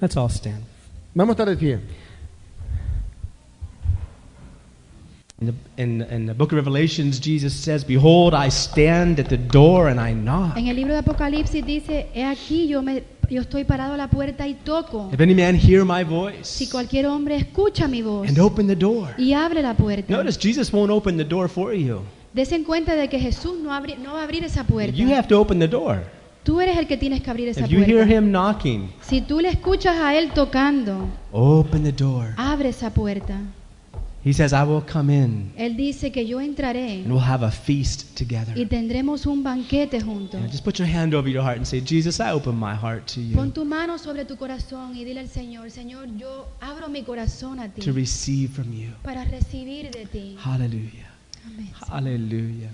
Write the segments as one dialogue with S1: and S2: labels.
S1: Let's all stand.
S2: Vamos a estar de pie.
S1: In the, in, in the book of Revelations, Jesus says, Behold, I stand at the door and I knock.
S3: En el libro de Apocalipsis dice, he aquí yo, me, yo estoy parado a la puerta y toco.
S1: If any man hear my voice
S3: Si cualquier hombre escucha mi voz
S1: and open the door.
S3: y abre la puerta,
S1: Notice Jesus won't open the door for you.
S3: des en cuenta de que Jesús no, abri- no va a abrir esa
S1: You
S3: puerta.
S1: have to open the door.
S3: Tú eres el que tienes que abrir esa
S1: If you hear
S3: puerta.
S1: him knocking,
S3: Si tú le escuchas a Él tocando,
S1: open the door.
S3: abre esa puerta.
S1: He says, I will come in
S3: Él dice que yo entraré
S1: and we'll have a feast together.
S3: y tendremos un banquete
S1: You know,
S3: juntos.
S1: just put your hand over your heart and say, Jesus, I open my heart to
S3: Pon
S1: you
S3: tu mano sobre tu corazón y dile al Señor, Señor, yo abro mi corazón a
S1: to
S3: ti
S1: receive from you.
S3: para recibir de ti.
S1: Hallelujah.
S3: Amén.
S1: Hallelujah.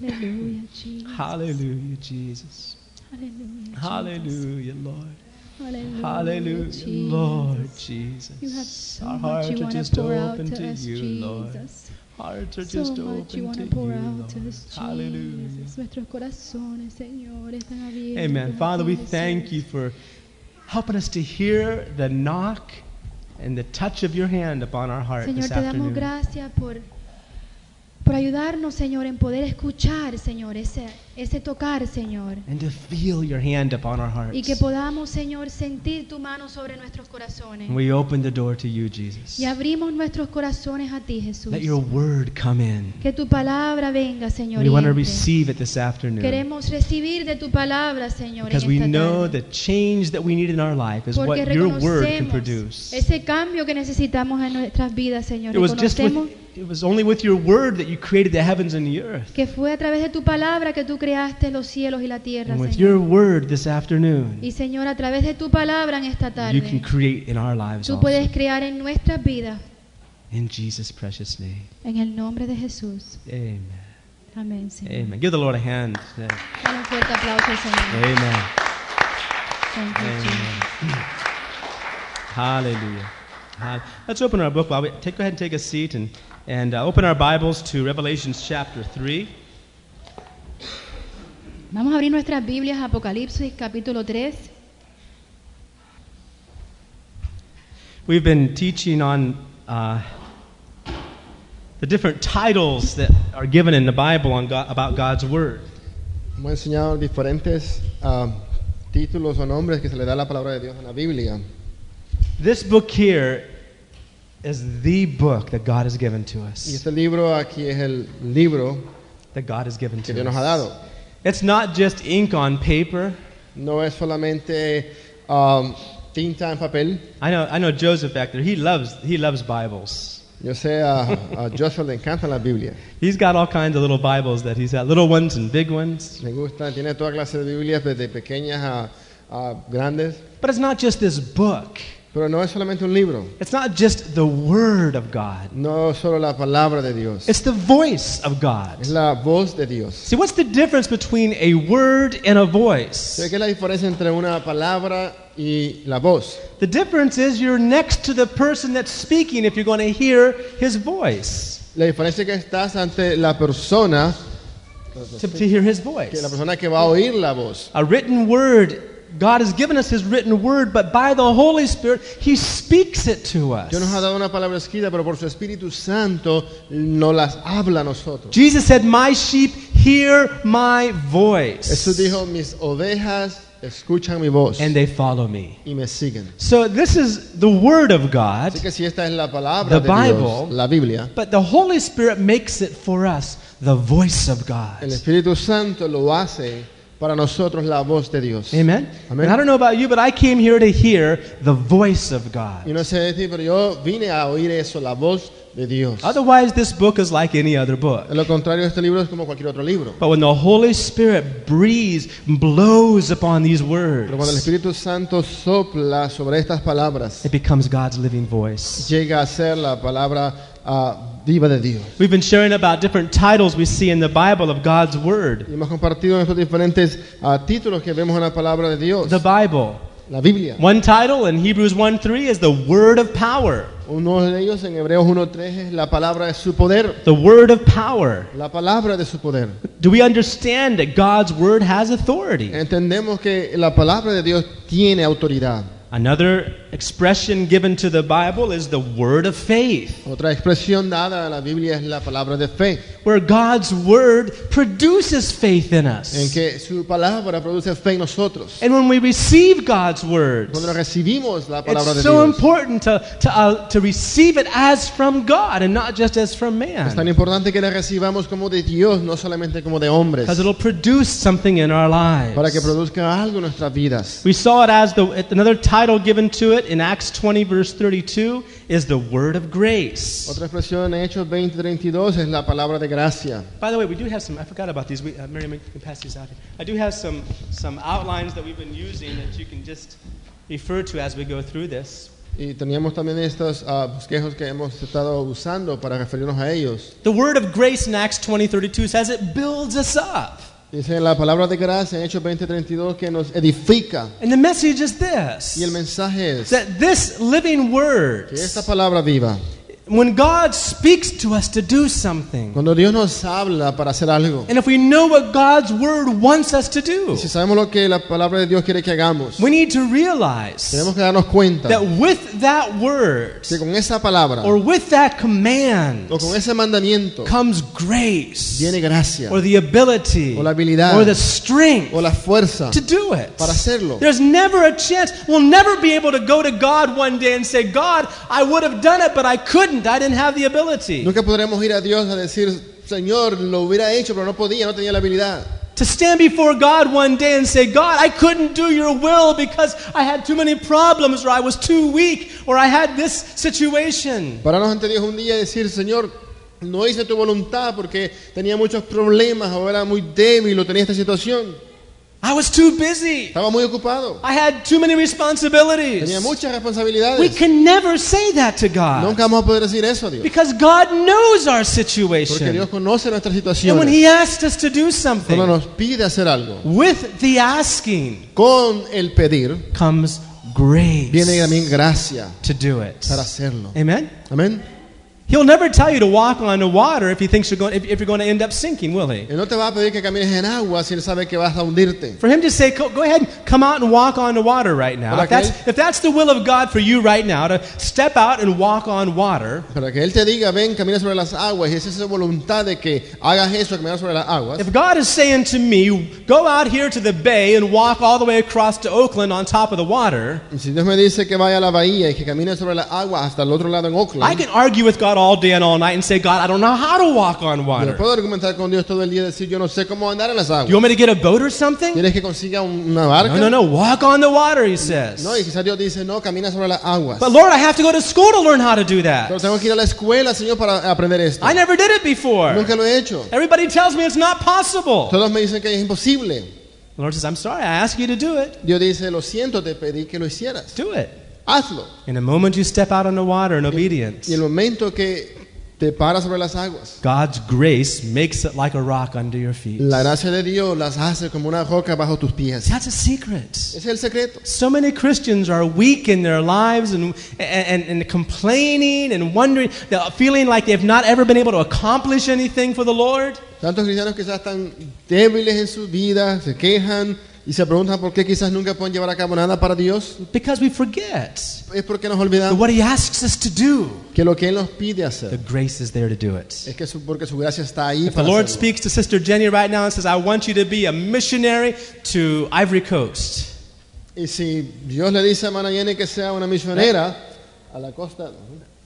S3: Aleluya, Jesus.
S1: Hallelujah, Jesus.
S3: Aleluya,
S1: Hallelujah, Lord.
S3: Aleluya,
S1: Hallelujah,
S3: Jesus.
S1: Lord
S3: You have
S1: Jesus.
S3: so
S1: Our
S3: much
S1: hearts
S3: you
S1: are
S3: want
S1: just
S3: to pour out
S1: open
S3: to
S1: to
S3: us,
S1: you, Lord.
S3: Jesus.
S1: Hearts are
S3: So
S1: just
S3: much you
S1: open
S3: want
S1: to
S3: to
S1: you,
S3: pour out to
S1: Lord.
S3: us,
S1: Hallelujah.
S3: Jesus. Nuestros corazones, Señor, están abiertos.
S1: Amen.
S3: a
S1: Father, we
S3: ti,
S1: thank you
S3: Señor.
S1: for helping us to hear the knock and the touch of your hand upon our heart
S3: Señor,
S1: this
S3: te damos
S1: afternoon.
S3: gracias por, por ayudarnos, Señor, en poder escuchar, Señor, ese, ese tocar, Señor.
S1: And to feel your hand upon our
S3: Y que
S1: hearts.
S3: podamos, Señor, sentir tu mano sobre nuestros corazones.
S1: And we open the door to you, Jesus.
S3: Y abrimos nuestros corazones a ti, Jesús.
S1: Let your word come in.
S3: Que tu palabra venga, Señor.
S1: We
S3: y
S1: want to
S3: entre.
S1: receive it this afternoon.
S3: Queremos recibir de tu palabra, Señor.
S1: Because
S3: en
S1: we
S3: esta
S1: know
S3: tarde.
S1: the change that we need in our life is what
S3: Porque
S1: your word can
S3: reconocemos
S1: produce.
S3: ese cambio que necesitamos en nuestras vidas, Señor.
S1: It was just
S3: Reconocemos
S1: with, it was only with your word that you created the heavens and the earth.
S3: que fue a través de tu palabra que tú creaste los cielos y la tierra,
S1: And with
S3: Señor.
S1: your word this afternoon,
S3: Y Señor, a través de tu palabra en esta
S1: you can
S3: tarde,
S1: create in our lives
S3: tú
S1: also.
S3: puedes crear en nuestras vidas,
S1: In Jesus' precious name.
S3: en el nombre de Jesús.
S1: Amen.
S3: Amén, Señor.
S1: Amen. Give the Lord a hand. today.
S3: Dale un fuerte aplauso al Señor.
S1: Amen.
S3: Thank you,
S1: Amen.
S3: Jesus.
S1: Hallelujah. Hall- Let's open our book while we take, go ahead and take a seat and, and uh, open our Bibles to Revelations chapter 3.
S3: Vamos a abrir nuestras Biblias, Apocalipsis capítulo 3.
S1: We've been teaching on uh, the different titles that are given in the Bible on God, about God's Word.
S2: Hemos enseñado diferentes ah, títulos o nombres que se le da a la palabra de Dios en la Biblia.
S1: This book here is the book that God has given to
S2: Y
S1: us.
S2: este libro aquí es el libro
S1: That God has given
S2: que
S1: to
S2: Dios nos ha
S1: us.
S2: dado.
S1: It's not just ink on paper.
S2: No es solamente ah, tinta en papel.
S1: I know, I know Joseph back there. He loves, he loves Bibles.
S2: Yo sé a, a Joshua le encantan las Biblias.
S1: He's got all kinds of little Bibles that he's had, little ones and big ones.
S2: Le gustan, tiene toda clase de Biblias, desde pequeñas a, a grandes.
S1: But it's not just this book.
S2: Pero no es solamente un libro.
S1: It's not just the Word of God.
S2: No solo la palabra de Dios.
S1: It's the voice of God.
S2: Es la voz de Dios.
S1: See, what's the difference between a word and a voice?
S2: ¿Qué es la diferencia entre una palabra y la voz?
S1: The difference is you're next to the person that's speaking if you're going to hear his voice,
S2: La diferencia es que estás ante la persona,
S1: to, to hear his
S2: que la
S1: voice.
S2: persona que va a oír la voz.
S1: A written word, God has given us his written word, but by the Holy Spirit, he speaks it to
S2: Dios nos ha
S1: us.
S2: dado una palabra escrita, pero por su Espíritu Santo no las habla a nosotros.
S1: Jesus said, My sheep hear my
S2: Jesús
S1: voice,
S2: dijo, mis ovejas escuchan mi voz
S1: and they follow me.
S2: y me siguen.
S1: So, this is the word of God,
S2: Así que si esta es la palabra
S1: The
S2: de Dios,
S1: Bible-
S2: la Biblia,
S1: but the Holy Spirit makes it for us the voice of God.
S2: el Espíritu Santo lo hace para nosotros la voz de Dios.
S1: Amen.
S2: Amen.
S1: And I don't know about you, but I came here to hear the voice of God.
S2: Y no sé de ti, pero yo vine a oír eso, la voz de Dios.
S1: Otherwise, this book is like any other book.
S2: De lo contrario, este libro es como cualquier otro libro.
S1: But when the Holy Spirit breathes, blows upon these
S2: Pero cuando el
S1: words,
S2: Espíritu Santo sopla sobre estas palabras,
S1: it becomes God's living voice.
S2: llega a ser la palabra ah, viva de Dios.
S1: We've been sharing about different titles we see in the Bible of God's Word.
S2: Y hemos compartido estos diferentes ah, títulos que vemos en la palabra de Dios,
S1: The Bible.
S2: la Biblia.
S1: One title in Hebrews 1 3 is the Word of Power.
S2: Uno de ellos en Hebreos 1.3 es la palabra de su poder,
S1: The Word of Power.
S2: la palabra de su poder.
S1: Do we understand that God's Word has authority?
S2: Entendemos que la palabra de Dios tiene autoridad.
S1: I Another expression given to the Bible is the word of faith,
S2: Otra expresión dada a la Biblia es la palabra de fe,
S1: where God's word produces faith in
S2: en
S1: us.
S2: que su palabra produce fe en nosotros.
S1: And when we receive God's word,
S2: Cuando recibimos la palabra de
S1: it's so
S2: Dios,
S1: important to, to, uh, to receive it as from God and not just as from
S2: es tan
S1: man.
S2: importante que la recibamos como de Dios, no solamente como de hombres,
S1: Because it'll produce something in our
S2: para que
S1: lives.
S2: produzca algo en nuestras vidas.
S1: We saw it as the, another title given to it in Acts 20, verse 32, is the word of grace.
S2: Otra expresión en Hechos 20:32 es la palabra de gracia.
S1: By the way, we do have some, I forgot about these. We, uh, Miriam, you can pass these out here. I do have some, some outlines that we've been using that you can just refer to as we go through this.
S2: Y teníamos también estos ah, bosquejos que hemos estado usando para referirnos a ellos.
S1: The word of grace in Acts 20, 32 says it builds us up.
S2: Dice la palabra de gracia en Hechos 20:32 que nos edifica.
S1: And the message is this
S2: Y el mensaje es
S1: that this living
S2: que
S1: word,
S2: esta palabra viva,
S1: when God speaks to us to do something,
S2: cuando Dios nos habla para hacer algo,
S1: and if we know what God's word wants us to do,
S2: y si sabemos lo que la palabra de Dios quiere que hagamos,
S1: We need to realize
S2: tenemos que darnos cuenta
S1: that with that word
S2: que con esa palabra
S1: or with that command
S2: o con ese mandamiento
S1: comes grace
S2: viene gracia
S1: or the ability
S2: o la habilidad
S1: or the strength
S2: o la fuerza
S1: to do it.
S2: para hacerlo.
S1: There's never a chance. We'll never be able to go to God one day and say, God, I would have done it, but I couldn't. I didn't have the ability.
S2: Nunca podremos ir a Dios a decir, Señor, lo hubiera hecho, pero no podía, no tenía la habilidad.
S1: To stand before God one day and say, God, I couldn't do your will because I had too many problems, or I was too weak, or I had this situation.
S2: Pararnos ante Dios un día y decir, Señor, no hice tu voluntad porque tenía muchos problemas, o era muy débil, o tenía esta situación.
S1: I was too busy.
S2: Estaba muy ocupado,
S1: I had too many
S2: tenía
S1: responsibilities.
S2: muchas
S1: We
S2: responsabilidades.
S1: can never say that to God
S2: Nunca vamos a poder decir eso a Dios,
S1: because God knows our
S2: porque Dios
S1: situation.
S2: conoce nuestra
S1: And when
S2: situación.
S1: He asks us to do
S2: Cuando
S1: something,
S2: nos pide hacer algo,
S1: with the asking
S2: con el pedir,
S1: comes
S2: viene
S1: grace
S2: también gracia
S1: to do it.
S2: para hacerlo.
S1: Amen.
S2: Amén.
S1: He'll never tell you to walk on the water if he thinks you're going if, if you're going to end up sinking, will he?
S2: Él no te va a pedir que camines en agua si Él sabe que vas a hundirte.
S1: For him to say, "Go go ahead, and come out and walk on the water right now."
S2: Para
S1: If that's,
S2: que-
S1: if that's the will of God for you right now to step out and walk on water,
S2: Para que Él te diga, ven, camina sobre las aguas, y esa es esa voluntad de que hagas eso, caminar sobre las aguas.
S1: If God is saying to me, go out here to the bay and walk all the way across to Oakland on top of the water,
S2: Y Si Dios me dice que vaya a la bahía y que camine sobre la agua hasta el otro lado en
S1: I
S2: Oakland,
S1: can argue with God all day and all night and say, God, I don't know how to walk on
S2: yo
S1: water.
S2: puedo argumentar con Dios todo el día y decir yo no sé cómo andar en las
S1: You
S2: aguas.
S1: want me to get a boat or something?
S2: ¿Quieres que consiga un- una
S1: No,
S2: barca?
S1: no, no. Walk on the water, he
S2: No, y
S1: says.
S2: quizás Dios dice no, camina sobre las aguas.
S1: But Lord, I have to go to school to learn how to do
S2: Pero
S1: that.
S2: tengo que ir a la escuela, Señor, para aprender esto.
S1: I never did it before.
S2: Nunca lo he hecho.
S1: Everybody tells me it's not possible. The
S2: Todos me dicen que es imposible.
S1: Lord says, I'm sorry, I asked you to do it.
S2: Dios dice, lo siento, te pedí que lo hicieras.
S1: Do it.
S2: Hazlo.
S1: In the moment you step out on the water in obedience,
S2: Y el momento que te paras sobre las aguas,
S1: God's grace makes it like a rock under your feet.
S2: la gracia de Dios las hace como una roca bajo tus pies. Ese
S1: That's a secret.
S2: es el secreto.
S1: So many Christians are weak in their lives and, and, and complaining and wondering, uh, feeling like they've not ever been able to accomplish anything for the Lord.
S2: Tantos cristianos quizás están débiles en su vida, se quejan y se preguntan por qué quizás nunca pueden llevar a cabo nada para Dios.
S1: Because we forget
S2: Es porque nos
S1: that
S2: olvidamos
S1: what He asks us to do,
S2: que lo que Él nos pide
S1: the
S2: hacer
S1: grace is there to do it.
S2: es que su, porque su gracia está ahí
S1: The
S2: para
S1: Lord
S2: hacerlo.
S1: speaks to Sister Jenny right now and says, I want you to be a missionary to Ivory Coast.
S2: Y si Dios le dice a Mana Jenny que sea una misionera a la costa,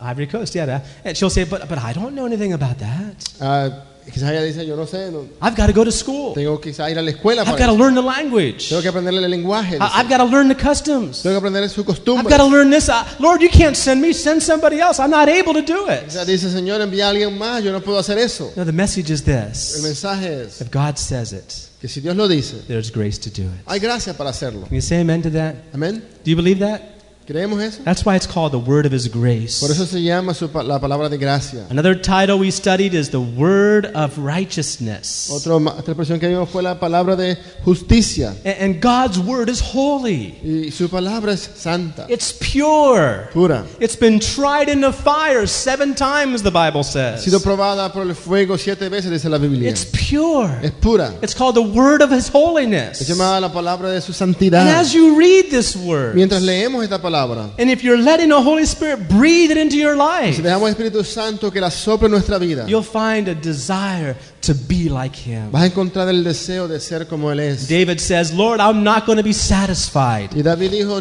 S1: Ivory Coast, yeah. that- And she'll say, but, but I don't know anything about that.
S2: ah, quizás ella dice, yo no sé, no-
S1: I've got to go to school.
S2: tengo que quizás ir a la escuela
S1: I've
S2: para
S1: got to
S2: eso.
S1: learn the language.
S2: Tengo que aprender el lenguaje, dice.
S1: I- I've got to learn the customs.
S2: tengo que aprender su
S1: I've
S2: costumbre.
S1: got to learn this. Uh, Lord, you can't send me. Send somebody else. I'm not able to do it.
S2: Quizás dice, Señor, envía a alguien más, yo no puedo hacer eso.
S1: No, the message is
S2: El
S1: this.
S2: mensaje es
S1: If God says it,
S2: que si Dios lo dice,
S1: there's grace to do it.
S2: hay gracia para hacerlo.
S1: Can you say amen to that?
S2: Amén.
S1: Do you believe that?
S2: ¿Creemos eso?
S1: That's why it's called the word of his grace.
S2: Por eso se llama su pa- la palabra de gracia.
S1: Another title we studied is the word of righteousness.
S2: Otro ma- otra expresión que vimos fue la palabra de justicia.
S1: A- And God's word is holy.
S2: Y su palabra es santa,
S1: It's pure.
S2: pura.
S1: It's been tried in the fire seven times, the Bible
S2: Ha sido
S1: says.
S2: probada por el fuego siete veces, dice la Biblia.
S1: It's pure.
S2: Es pura.
S1: It's called the word of his
S2: Es
S1: holiness.
S2: llamada la palabra de su
S1: And
S2: santidad.
S1: as you read this word,
S2: Mientras leemos esta palabra,
S1: and if you're letting the Holy Spirit breathe it into your
S2: si
S1: life,
S2: dejamos al Espíritu Santo que la sople en nuestra vida,
S1: you'll find a desire to be like him.
S2: vas a encontrar el deseo de ser como Él es.
S1: David says, Lord, I'm not going to be satisfied.
S2: Y David dijo,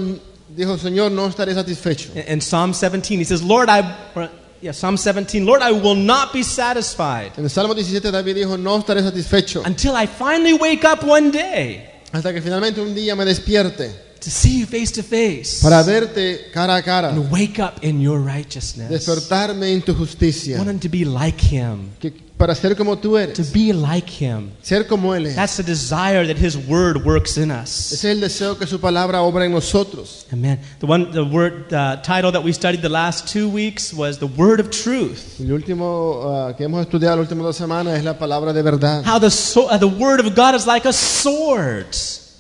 S2: dijo Señor, no estaré satisfecho.
S1: In in Psalm 17, he says, Lord, I, or, yeah, Psalm 17, Lord, I will not be satisfied
S2: En el Salmo 17 David dijo, no estaré satisfecho
S1: until I finally wake up one day
S2: hasta que finalmente un día me despierte
S1: to see you face to face
S2: para verte cara a cara,
S1: and wake up in your righteousness.
S2: despertarme en tu justicia,
S1: Wanting to be like him,
S2: que- para ser como tú
S1: to
S2: eres,
S1: be like him.
S2: ser como Él es.
S1: That's the desire that his word works in us.
S2: Ese es el deseo que su palabra obra en nosotros.
S1: Amen. The one, the word uh, title that we studied the last two weeks was the word of truth.
S2: El último ah, que hemos estudiado las últimas dos semanas es la palabra de verdad.
S1: How the so- uh, the word of God is like a sword,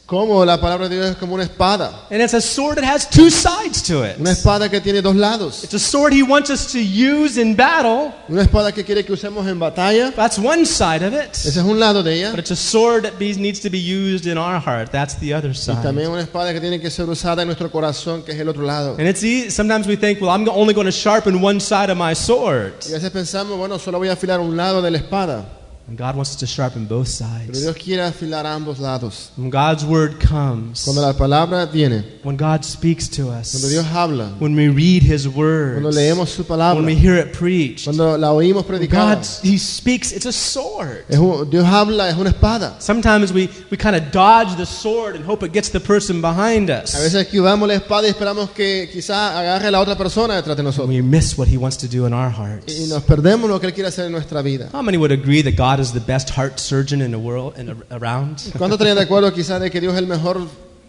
S2: Como la palabra de Dios es como una espada.
S1: and it's a sword that has two sides to it.
S2: Una espada que tiene dos lados.
S1: It's a sword He wants us to use in battle.
S2: Una espada que quiere que usemos en batalla.
S1: That's one side of it.
S2: Ese es un lado de ella.
S1: But it's a sword that be, needs to be used in our heart. That's the other
S2: Y
S1: side.
S2: también una espada que tiene que ser usada en nuestro corazón, que es el otro lado.
S1: And it's easy. Sometimes we think, well, I'm only going to sharpen one side of my sword.
S2: Y a veces pensamos, bueno, solo voy a afilar un lado de la espada.
S1: And God wants us to sharpen both
S2: Pero
S1: sides.
S2: Dios quiere afilar ambos lados.
S1: When God's word comes,
S2: Cuando la palabra viene,
S1: when God speaks to
S2: cuando
S1: us,
S2: Dios habla,
S1: when we read His word,
S2: cuando leemos su
S1: when
S2: palabra,
S1: we hear it preached,
S2: cuando la oímos predicar,
S1: God, He speaks, it's a sword.
S2: es un- Dios habla, es una espada.
S1: Sometimes we, we kind of dodge the sword and hope it gets the person behind us.
S2: A veces esquivamos la espada y esperamos que quizá agarre la otra persona detrás de nosotros.
S1: we miss what he wants to do in our hearts.
S2: Y nos perdemos lo que Él quiere hacer en nuestra vida.
S1: How many would agree that God is the best heart surgeon in the world and a- around?
S2: ¿Cuántos estarían de acuerdo quizás de que Dios es el mejor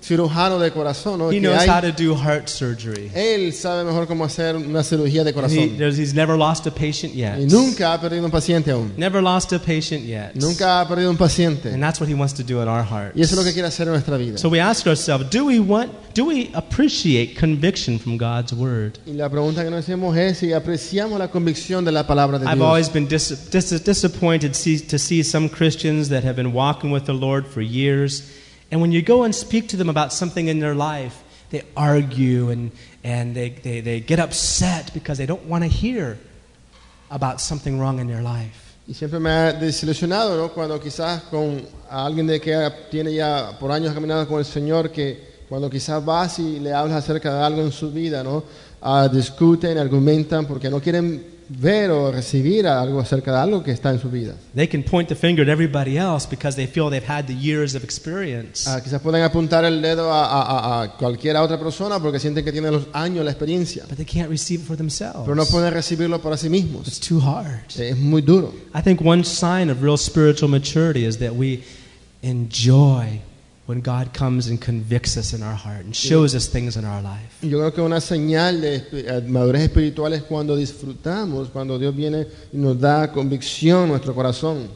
S2: cirujano de corazón? ¿no?
S1: He
S2: Que
S1: knows
S2: hay-
S1: how to do heart surgery.
S2: él sabe mejor cómo hacer una cirugía de
S1: He,
S2: corazón.
S1: there's- he's never lost a patient yet.
S2: Y nunca ha perdido un paciente aún.
S1: Never lost a patient yet.
S2: Nunca ha perdido un
S1: And
S2: paciente.
S1: that's what he wants to do in our hearts.
S2: Y eso es lo que quiere hacer en nuestra vida.
S1: So we ask ourselves, do we want do we appreciate conviction from God's word?
S2: Y la pregunta que nos hacemos es si apreciamos la convicción de la palabra de
S1: I've
S2: Dios.
S1: always been dis- dis- disappointed see- to see some Christians that have been walking with the Lord for years, and when you go and speak to them about something in their life, they argue and, and they, they, they get upset because they don't want to hear about something wrong in their life.
S2: Y siempre me ha desilusionado, ¿no? Cuando quizás con alguien de que tiene ya por años caminado con el Señor, que cuando quizás vas y le hablas acerca de algo en su vida, ¿no? Ah, discuten, argumentan, porque no quieren ver o recibir algo acerca de algo que está en su vida.
S1: They can point the finger at everybody else because they feel they've had the years of experience.
S2: Ah, quizás pueden apuntar el dedo a, a- a- a cualquier otra persona porque sienten que tienen los años, la experiencia,
S1: but they can't receive it for themselves.
S2: pero no pueden recibirlo para sí mismos.
S1: It's too hard.
S2: Es muy duro.
S1: I think one sign of real spiritual maturity is that we enjoy when God comes and convicts us in our heart and shows us things in our life.
S2: Yo creo que una señal de espi- eh, madurez espiritual es cuando disfrutamos, cuando Dios viene y nos da convicción en nuestro corazón.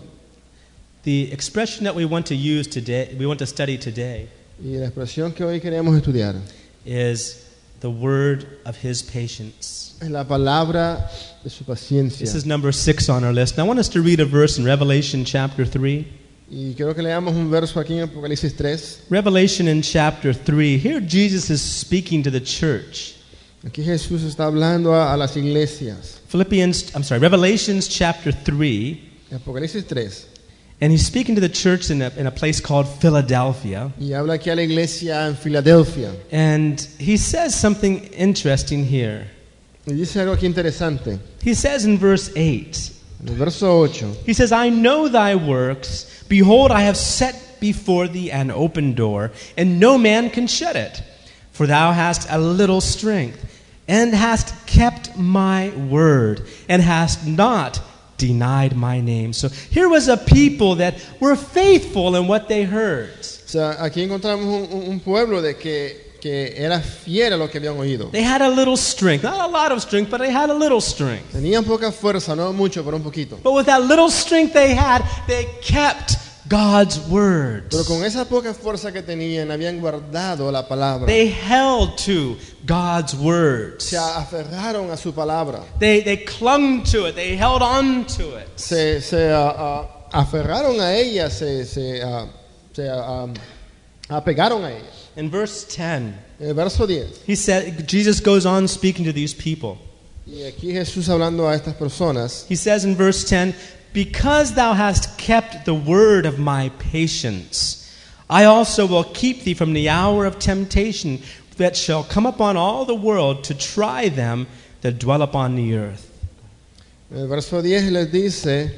S1: The expression that we want to use today, we want to study today,
S2: Y la expresión que hoy queremos estudiar
S1: is the word of his patience.
S2: es la palabra de su paciencia.
S1: This is number six on our list. And I want us to read a verse in Revelation chapter 3.
S2: Y quiero que leamos un verso aquí en Apocalipsis 3.
S1: Revelation in chapter 3. Here Jesus is speaking to the church.
S2: Aquí Jesús está hablando a, a las iglesias.
S1: Philippians, I'm sorry, Revelations chapter 3.
S2: Apocalipsis 3.
S1: And he's speaking to the church in a, in a place called Philadelphia.
S2: Y habla aquí a la iglesia en Filadelfia.
S1: And he says something interesting here.
S2: Y dice algo aquí interesante.
S1: He says in verse 8,
S2: En el verso 8.
S1: he says, I know thy works. Behold, I have set before thee an open door, and no man can shut it. For thou hast a little strength, and hast kept my word, and hast not denied my name. So here was a people that were faithful in what they heard.
S2: O sea, aquí encontramos un, un- un pueblo de que, que era fiel a lo que habían oído.
S1: They had a little strength, not a lot of strength, but they had a little strength.
S2: Tenían poca fuerza, no mucho, pero un poquito.
S1: But with that little strength they had, they kept God's words.
S2: Pero con esa poca fuerza que tenían, habían guardado la palabra.
S1: They held to God's words.
S2: Se aferraron a su palabra.
S1: They, they clung to it. They held on to it.
S2: Se, se, ah, ah, aferraron a ella, se, se, ah, se, ah, ah, apegaron a ella.
S1: In verse 10,
S2: El verso 10.
S1: he said, Jesus goes on speaking to these people.
S2: Y aquí Jesús hablando a estas personas.
S1: He says in verse 10, Because thou hast kept the word of my patience, I also will keep thee from the hour of temptation that shall come upon all the world to try them that dwell upon the earth.
S2: El verso 10 les dice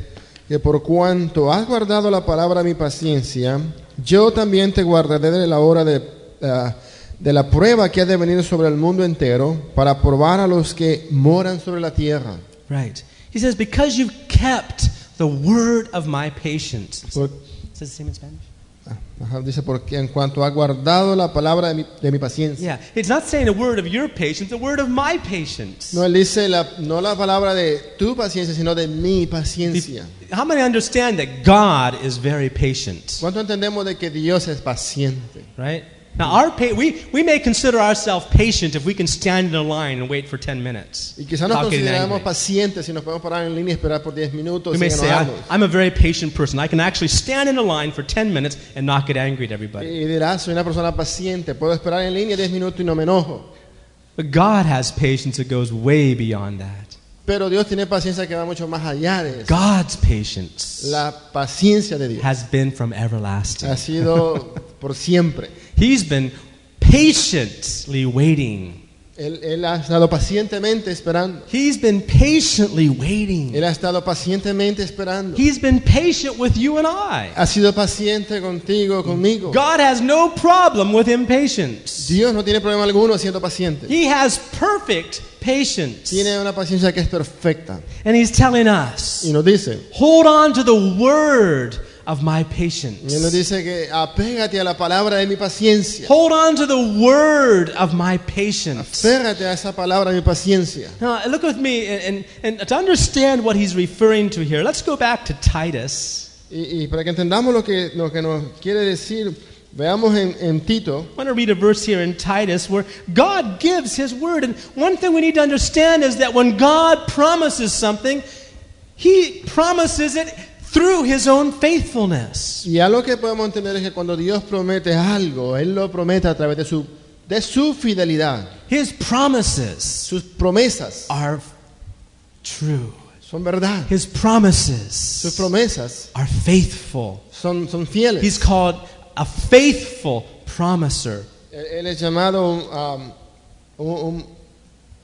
S2: que por cuanto has guardado la palabra de mi paciencia, yo también te guardaré de la hora de, ah, de la prueba que ha de venir sobre el mundo entero para probar a los que moran sobre la tierra.
S1: Right. He says, Because you've kept the word of my patience. Is
S2: Por-
S1: it the same in Spanish?
S2: ah, ajá, dice porque en cuanto has guardado la palabra de mi, de mi paciencia.
S1: Yeah. It's not saying the word of your patience, the word of my patience.
S2: No, él dice la- no la palabra de tu paciencia, sino de mi paciencia.
S1: How many understand that God is very patient?
S2: ¿Cuánto entendemos de que Dios es paciente?
S1: Right? Now, our pa- we, we may consider ourselves patient if we can stand in a line and wait for 10 minutes.
S2: Y quizás nos
S1: without getting
S2: consideramos
S1: angry.
S2: pacientes si nos podemos parar en línea y esperar por 10 minutos
S1: We
S2: sin
S1: may say, I,
S2: enojarnos.
S1: I'm a very patient person. I can actually stand in a line for 10 minutes and not get angry at everybody.
S2: Y dirás, soy una persona paciente, puedo esperar en línea 10 minutos y no me enojo.
S1: But God has patience that goes way beyond that.
S2: Pero Dios tiene paciencia que va mucho más allá de eso.
S1: God's patience
S2: La paciencia de Dios
S1: has been from everlasting.
S2: ha sido por siempre.
S1: He's been patiently waiting.
S2: Él, él ha estado pacientemente esperando.
S1: He's been patiently waiting.
S2: Él ha estado pacientemente esperando.
S1: He's been patient with you and I.
S2: Ha sido paciente contigo, conmigo.
S1: God has no problem with impatience.
S2: Dios no tiene problema alguno siendo paciente.
S1: He has perfect patience.
S2: Tiene una paciencia que es perfecta.
S1: And he's telling
S2: Y
S1: us,
S2: nos dice,
S1: hold on to the word of my
S2: y él nos
S1: patience.
S2: dice que apégate a la palabra de mi paciencia.
S1: Hold on to the word of my patience.
S2: Aférrate a esa palabra de mi paciencia.
S1: Now, look with me, and, and, and to understand what he's referring to here, let's go back to Titus.
S2: Y, y para que entendamos lo que, lo que nos quiere decir, veamos en, en Tito,
S1: I want to read a verse here in Titus where God gives his word. And one thing we need to understand is that when God promises something, he promises it through his own faithfulness.
S2: y algo que podemos entender es que cuando Dios promete algo, Él lo promete a través de su, de su fidelidad.
S1: His promises
S2: Sus promesas
S1: are true.
S2: son verdad.
S1: His
S2: Sus
S1: promises
S2: promesas
S1: are faithful.
S2: son, son fieles.
S1: He's called a faithful promiser.
S2: él, él es llamado um, un, un-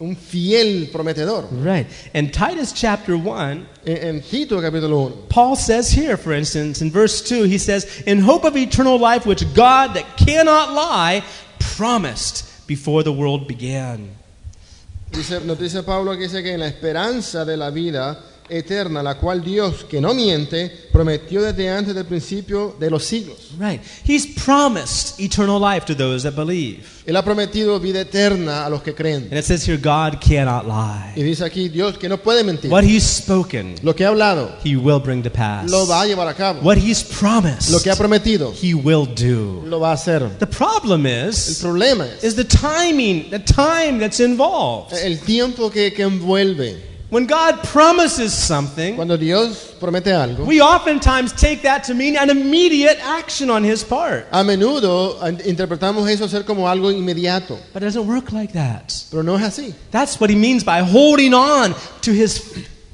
S2: un fiel prometedor.
S1: Right. In Titus chapter 1,
S2: En, en Tito capítulo 1.
S1: Paul says here, for instance, in verse 2, he says, In hope of eternal life, which God that cannot lie promised before the world began.
S2: Dice, nos dice Pablo que dice que en la esperanza de la vida eterna, la cual Dios, que no miente, prometió desde antes del principio de los siglos.
S1: Right. He's promised eternal life to those that believe.
S2: Él ha prometido vida eterna a los que creen.
S1: And it says here, God cannot lie.
S2: Y dice aquí Dios que no puede mentir.
S1: What he's spoken,
S2: Lo que ha hablado
S1: he will bring to pass.
S2: lo va a llevar a cabo.
S1: What he's
S2: Lo que ha
S1: promised,
S2: prometido
S1: he will do.
S2: lo va a hacer.
S1: The problem
S2: El
S1: is,
S2: problema es
S1: is the timing, the time that's involved.
S2: el tiempo que, que envuelve.
S1: When God promises something,
S2: eh. Cuando Dios promete algo,
S1: we oftentimes take that to mean an immediate action on his part.
S2: a menudo an- interpretamos eso ser como algo inmediato.
S1: But it doesn't work like that.
S2: Pero no es así.
S1: That's what he means by holding on to his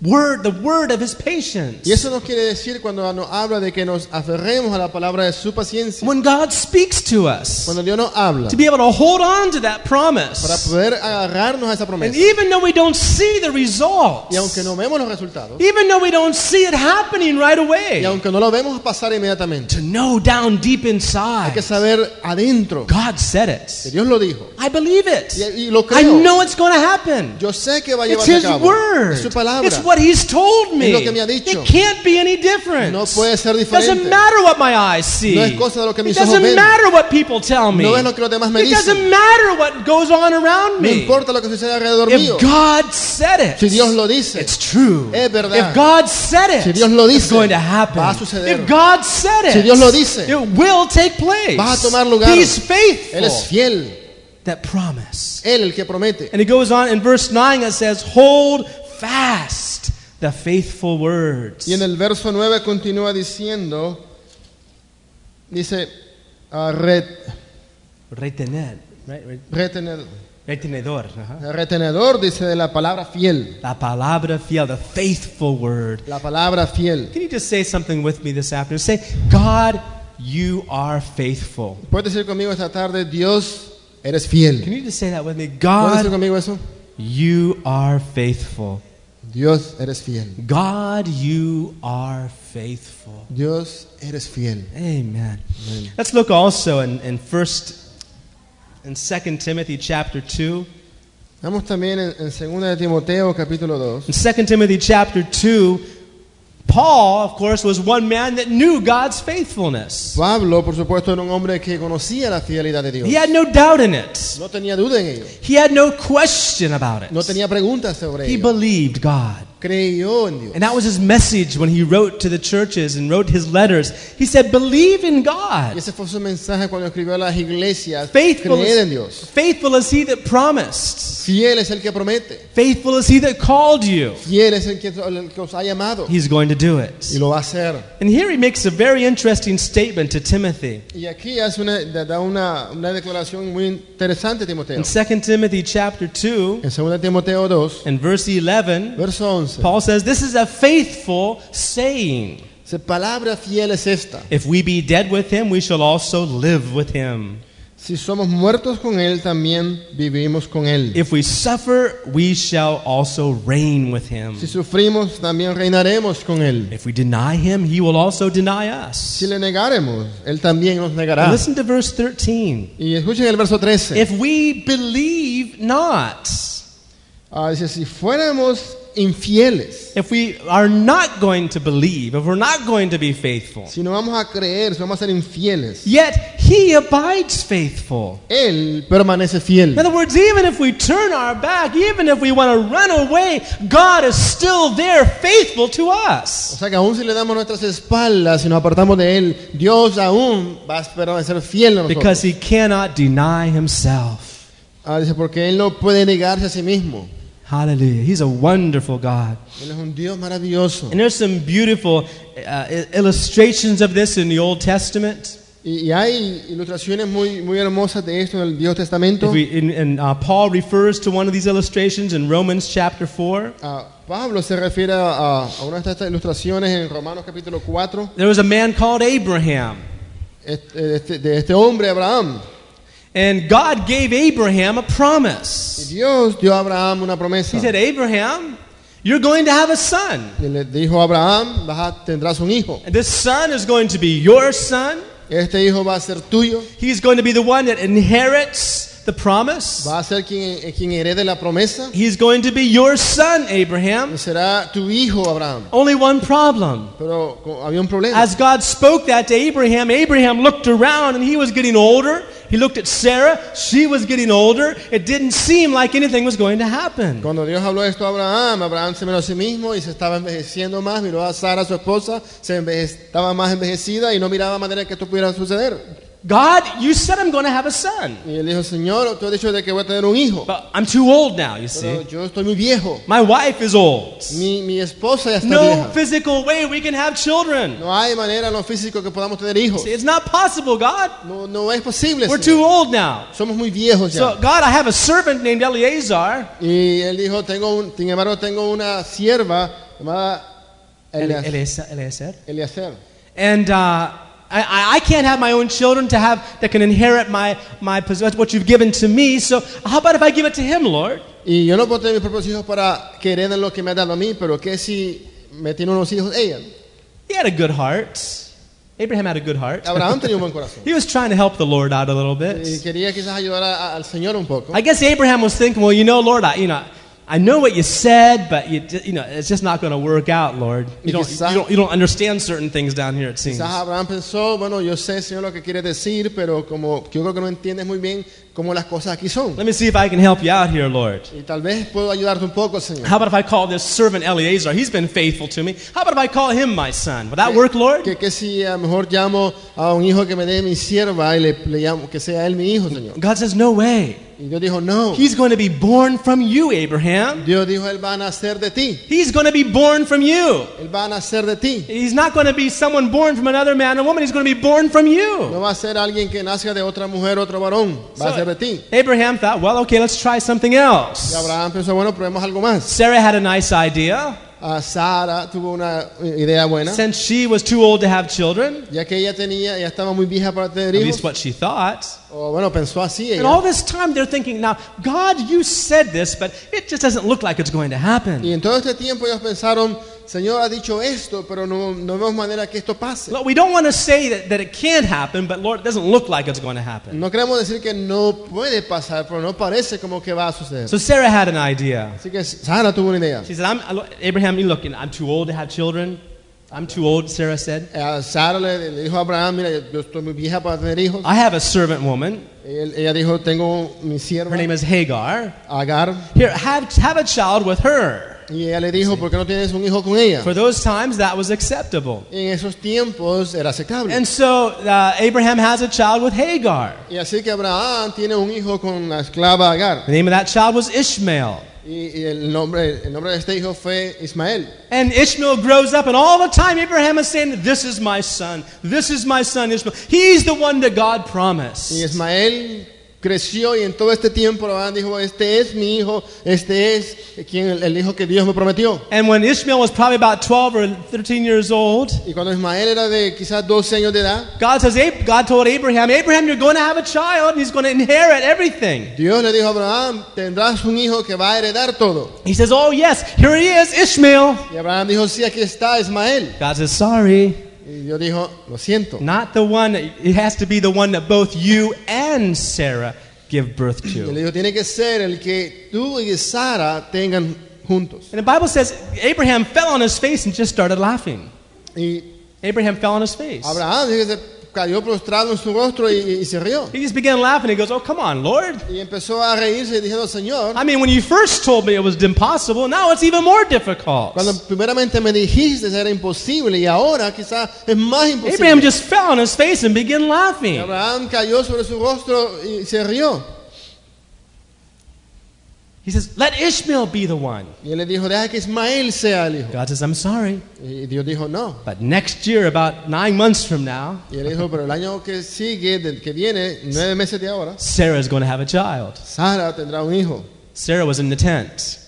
S1: word, the word of his patience.
S2: Y eso nos quiere decir cuando nos habla de que nos aferremos a la palabra de su paciencia.
S1: When God speaks to us,
S2: Cuando Dios nos habla,
S1: to be able to hold on to that
S2: para
S1: promise.
S2: poder agarrarnos a esa
S1: And
S2: promesa.
S1: even though we don't see the results,
S2: Y aunque no vemos los resultados,
S1: even though we don't see it happening right
S2: y
S1: away,
S2: aunque no lo vemos pasar inmediatamente,
S1: to know down deep
S2: hay
S1: inside,
S2: que saber adentro
S1: God said
S2: que
S1: it.
S2: Dios lo dijo.
S1: I believe it.
S2: Y, y lo
S1: I
S2: creo.
S1: know it's going to happen.
S2: Yo sé que va a
S1: It's
S2: llevarse a
S1: His
S2: cabo.
S1: word.
S2: Es su palabra.
S1: It's what he's told me.
S2: Es lo que me ha dicho.
S1: It can't be any different.
S2: No puede ser
S1: It doesn't
S2: diferente.
S1: matter what my eyes see.
S2: No es cosa de lo que mis
S1: It doesn't
S2: ojos ven.
S1: matter what people tell me.
S2: No es lo que los demás me
S1: It doesn't
S2: dicen.
S1: matter what goes on around
S2: No
S1: me.
S2: importa lo que suceda alrededor mío.
S1: If God said it,
S2: Si Dios lo dice,
S1: it's true.
S2: es verdad.
S1: If God said it,
S2: Si Dios lo
S1: it's
S2: dice,
S1: going to happen.
S2: va a suceder.
S1: If God said it,
S2: Si Dios lo dice,
S1: it will take place.
S2: va a tomar lugar.
S1: He's faithful.
S2: Él es fiel.
S1: That promise.
S2: Él el que promete.
S1: And it goes on in verse 9 it says, Hold fast the faithful words.
S2: Y en el verso 9 continúa diciendo, dice, ah, re-
S1: Retener. Right? Re-
S2: retener-
S1: Retenedor. ajá.
S2: retenedor, dice de la palabra fiel.
S1: La palabra fiel, the faithful word.
S2: La palabra fiel.
S1: Can you just say something with me this afternoon? Say, God, you are faithful.
S2: Puedes decir conmigo esta tarde, Dios, eres
S1: Can
S2: fiel.
S1: you Ah. just say that with me?
S2: ¿Puedes decir
S1: God,
S2: conmigo eso?
S1: you are faithful.
S2: Dios, eres fiel.
S1: God, you are faithful.
S2: Dios, eres fiel.
S1: Amen.
S2: Amen.
S1: Let's look also in, in First and Second Timothy chapter two.
S2: Vamos también en, en 2 de Timoteo capítulo 2.
S1: In 2 Timothy chapter 2, Paul, of course, was one man that knew God's faithfulness.
S2: Pablo, por supuesto, era un hombre que conocía la fidelidad de Dios.
S1: He had no doubt in it.
S2: No tenía duda en ello.
S1: He had no question about
S2: No
S1: it.
S2: tenía preguntas sobre
S1: He
S2: ello.
S1: believed God.
S2: Creyó en Dios.
S1: And that was his message when he wrote to the churches and wrote his letters. He said, Believe in
S2: Y
S1: God.
S2: ese fue su mensaje cuando escribió a las iglesias.
S1: Faithful
S2: Creed en
S1: is,
S2: Dios.
S1: faithful is he that promised,
S2: Fiel es el que promete.
S1: faithful is he that called you.
S2: Fiel es el que, el que os ha llamado.
S1: He's going to do it.
S2: Y lo va a hacer.
S1: And here he makes a very interesting statement to Timothy.
S2: Y aquí hace una, da da una, una declaración muy interesante, Timoteo.
S1: In 2 Timothy chapter 2,
S2: En 2 Timoteo 2,
S1: In verse 11,
S2: verso 11.
S1: Paul says, This is a faithful saying.
S2: Dice, palabra fiel es esta.
S1: If we be dead with him, we shall also live with him.
S2: Si somos muertos con Él, también vivimos con Él.
S1: If we suffer, we shall also reign with him.
S2: Si sufrimos, también reinaremos con Él.
S1: If we deny him, he will also deny
S2: Si
S1: us.
S2: le negaremos, Él también nos
S1: And
S2: negará.
S1: listen to verse 13.
S2: Y escuchen el verso 13.
S1: If we believe not,
S2: Ah, dice, si fuéramos infieles,
S1: if we are not going to believe, if we're not going to be faithful,
S2: si no vamos a creer, si vamos a ser infieles,
S1: yet he abides faithful.
S2: Él permanece
S1: In
S2: fiel.
S1: other words, even if we turn our back, even if we want to run away, God is still there faithful to
S2: O
S1: us.
S2: sea que aún si le damos nuestras espaldas y nos apartamos de Él, Dios aún va a permanecer fiel a nosotros.
S1: Because he cannot deny himself.
S2: Ah, dice, porque Él no puede negarse a sí mismo.
S1: Hallelujah. He's a wonderful God.
S2: Él es un Dios maravilloso.
S1: And there's some beautiful uh, i- illustrations of this in the Old Testament.
S2: Y, y hay ilustraciones muy, muy hermosas de esto en el Dios Testamento.
S1: If we, and and, uh, Paul refers to one of these illustrations in Romans chapter 4.
S2: Ah, Pablo se refiere a, a una de estas ilustraciones en Romanos capítulo 4
S1: There was a man called Abraham.
S2: este- de este- de este hombre Abraham.
S1: And God gave Abraham a
S2: Y
S1: promise.
S2: Dios dio a Abraham una promesa.
S1: He said, Abraham, you're going to have a son.
S2: Y le dijo a Abraham, vas a- tendrás un hijo.
S1: And This son is going to be your son.
S2: Este hijo va a ser tuyo,
S1: He's going to be the one that inherits the promise.
S2: va a ser quien, eh, quien herede la promesa.
S1: He's going to be your son,
S2: Y
S1: Abraham.
S2: será tu hijo Abraham.
S1: Only one problem.
S2: Pero co- había un problema.
S1: As God spoke that to Abraham, Abraham looked around and he was getting older. He looked at Sarah, she was getting older. It didn't seem like anything was going to happen.
S2: Cuando Dios habló esto a Abraham, Abraham se miró a sí mismo y se estaba envejeciendo más, miró a Sara, su esposa, se enveje- estaba más envejecida y no miraba manera que esto pudiera suceder.
S1: God, you said I'm going to have a son.
S2: Y él dijo, Señor, tú has dicho de que voy a tener un hijo,
S1: But I'm too old now, you
S2: pero
S1: see.
S2: yo estoy muy viejo,
S1: My wife is old.
S2: mi, mi esposa ya está
S1: No
S2: vieja.
S1: physical way we can have children.
S2: No hay manera en lo físico que podamos tener hijos.
S1: See, It's not possible, God.
S2: No, no es posible.
S1: We're
S2: Señor.
S1: too old now.
S2: Somos muy viejos ya.
S1: So, God, I have a servant named Eleazar.
S2: y él dijo, tengo un, sin embargo, tengo una sierva llamada Elea-
S1: Eleazar.
S2: Eleazar.
S1: And uh, I- I, I can't have my own children to have that can inherit my, my possess- what you've given to me. So, how about if I give it to him, Lord?
S2: Y yo no puedo tener mis propios hijos para que hereden lo que me ha dado a mí, pero ¿qué si me tiene unos hijos ella?
S1: He had a good heart. Abraham had a good heart.
S2: Abraham tenía un buen corazón.
S1: He was trying to help the Lord out a little
S2: Y
S1: bit.
S2: quería quizás ayudar a- a- al Señor un poco.
S1: I guess Abraham was thinking, well, you know, Lord, I, you know, I know what you said, but you, ju- you know, it's just not going to work out, Lord. You
S2: Y
S1: don't,
S2: quizá-
S1: you, don't, you don't understand certain things down here, it seems.
S2: Quizás Abraham pensó, bueno, yo sé, Señor, lo que quieres decir, pero como yo creo que no entiendes muy bien cómo las cosas aquí son.
S1: Let me see if I can help you out here, Lord.
S2: Y tal vez puedo ayudarte un poco, Señor.
S1: How about if I call this servant Eleazar? He's been faithful to me. How about if I call him my son? Would that work, Lord?
S2: Que, que si a lo mejor llamo a un hijo que me dé mi sierva y le, le llamo que sea él mi hijo, Señor.
S1: God says, No way.
S2: Y Dios dijo, no.
S1: He's going to be born from you, Abraham.
S2: Dios dijo, él va a nacer de ti.
S1: He's going to be born from you.
S2: Él va a nacer de ti.
S1: He's not going to be someone born from another man or woman. He's going to be born from
S2: No
S1: you.
S2: va a ser alguien que nazca de otra mujer, otro varón. Va a ser de ti.
S1: Abraham thought, well, okay, let's try something
S2: Y
S1: else.
S2: Abraham pensó, bueno, probemos algo más.
S1: Sarah had a nice idea.
S2: Ah, Sara tuvo una eh, idea buena.
S1: Since she was too old to have children,
S2: Ya que ella tenía, ya estaba muy vieja para tener
S1: at
S2: hijos.
S1: least what she thought.
S2: O bueno, pensó así
S1: And
S2: ella.
S1: all this time they're thinking, now, God, you said this, but it just doesn't look like it's going to happen.
S2: Y en todo este tiempo ellos pensaron, Señor ha dicho esto, pero no, no vemos manera que esto pase.
S1: Look, we don't want to say that, that it can't happen, but Lord, it doesn't look like it's going to happen.
S2: No queremos decir que no puede pasar, pero no parece como que va a suceder.
S1: So Sarah had an idea.
S2: Así que Sara tuvo una idea.
S1: She said, I'm, I look- Abraham, you look, you know, I'm too old to have children. I'm too old, Sarah said.
S2: Eh, Sara le, le dijo a Abraham, mira, yo, yo estoy muy vieja para tener hijos.
S1: I have a servant woman.
S2: Él- ella dijo, tengo mi
S1: Her
S2: sierva
S1: name is Hagar.
S2: Agar.
S1: Here, have, have a child with her.
S2: Y ella le dijo, ¿por qué no tienes un hijo con ella?
S1: For those times, that was acceptable.
S2: En esos tiempos era aceptable.
S1: And so uh, Abraham has a child with Hagar.
S2: Y así que Abraham tiene un hijo con la esclava Agar.
S1: The name of that child was Ishmael.
S2: Y, y el, nombre, el nombre de este hijo fue Ismael.
S1: And Ishmael grows up, and all the time Abraham is saying, This is my son. This is my son, Ishmael. He's the one that God
S2: Y
S1: promised.
S2: Ismael creció y en todo este tiempo Abraham dijo, este es mi hijo, este es quien, el hijo que Dios me prometió.
S1: And when Ishmael was probably about 12 or 13 years old,
S2: Y cuando Ismael era de quizás 12 años de edad,
S1: God says, Ab- God told Abraham, Abraham, you're going to have a child, and he's going to inherit everything.
S2: Dios le dijo a Abraham, tendrás un hijo que va a heredar todo.
S1: He says, Oh, yes, here he is, Ishmael.
S2: Y Abraham dijo, sí, aquí está Ismael.
S1: God says, Sorry,
S2: Y Dios dijo, lo siento.
S1: Not the one, it has to be the one that both you and Sarah give birth
S2: Y
S1: to.
S2: le dijo, tiene que ser el que tú y Sara tengan juntos.
S1: And the Bible says Abraham fell on his face and just started laughing.
S2: Y
S1: Abraham fell on his face.
S2: Abraham fíjese, cayó prostrado en su rostro y, y- y se rió.
S1: He just began laughing. He goes, Oh, come on, Lord.
S2: Y empezó a reírse diciendo, Señor,
S1: I mean, when you first told me it was impossible, now it's even more difficult.
S2: Cuando primeramente me dijiste era imposible y ahora quizás es más
S1: Abraham
S2: imposible.
S1: just fell on his face and began laughing.
S2: Abraham cayó sobre su rostro y se rió.
S1: He says, Let Ishmael be the one.
S2: Y él le dijo, deja que Ismael sea el hijo.
S1: God says, I'm sorry.
S2: Y Dios dijo, no.
S1: But next year, about nine months from now,
S2: Y él dijo, pero el año que sigue, del que viene, nueve meses de ahora,
S1: Sarah's going to have a child.
S2: Sara tendrá un hijo.
S1: Sarah was in the tent.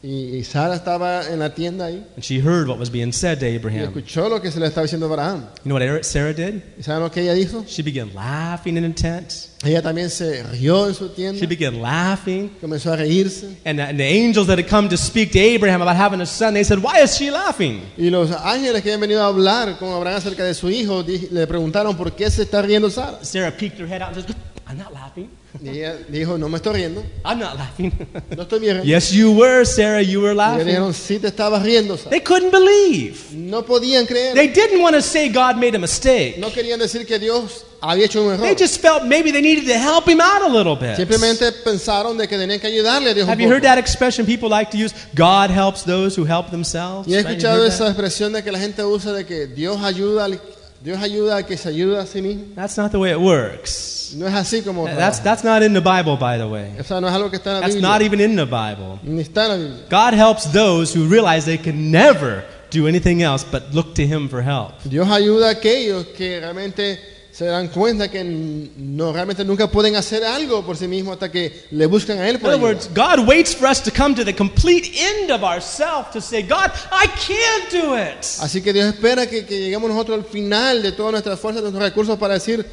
S2: Y, y Sara estaba en la tienda ahí
S1: And she heard what was being said to
S2: y
S1: Abraham. You
S2: escuchó lo que se le estaba diciendo a Abraham.
S1: know what Eric- Sarah did?
S2: ¿Y saben lo que ella dijo?
S1: She began laughing in the tent.
S2: Ella también se rió en su
S1: She
S2: tienda,
S1: began laughing.
S2: comenzó a reírse.
S1: And, uh, and the angels that had come to speak to Abraham about having a son, they said, Why is she laughing?
S2: Y los ángeles que habían venido a hablar con Abraham acerca de su hijo di- le preguntaron por qué se está riendo Sara.
S1: Sarah peeked her head out and says, I'm not laughing.
S2: Y ella dijo, no me estoy riendo,
S1: I'm not laughing.
S2: no estoy bien. Y
S1: yes, you were, Sarah. You were
S2: le
S1: laughing.
S2: dijeron, sí te estabas riendo, Sara.
S1: They couldn't believe.
S2: No podían creer,
S1: They didn't want to say God made a mistake.
S2: no querían decir que Dios había hecho un
S1: They
S2: error.
S1: just felt maybe they needed to help him out a little bit.
S2: Simplemente pensaron de que tenían que ayudarle a Dios. un
S1: Have you heard
S2: poco.
S1: that expression people like to use? God helps those who help themselves.
S2: Y he
S1: Right? You
S2: escuchado
S1: heard that?
S2: esa expresión de que la gente usa de que Dios ayuda al, Dios ayuda al que se ayuda a sí mismo.
S1: That's not the way it works.
S2: No es así como...
S1: That's, that's not in the Bible, by the way.
S2: O sea, no es algo que está en la
S1: That's not
S2: Biblia.
S1: even in the Bible.
S2: Ni está en la Biblia.
S1: God helps those who realize they can never do anything else but look to Him for help.
S2: Dios ayuda a aquellos que realmente se dan cuenta que no realmente nunca pueden hacer algo por sí mismos hasta que le buscan a él
S1: In
S2: por
S1: other
S2: ayuda.
S1: words, God waits for us to come to the complete end of ourselves to say, God, I can't do it.
S2: Así que Dios espera que, que lleguemos nosotros al final de todas nuestras fuerzas, de nuestros recursos para decir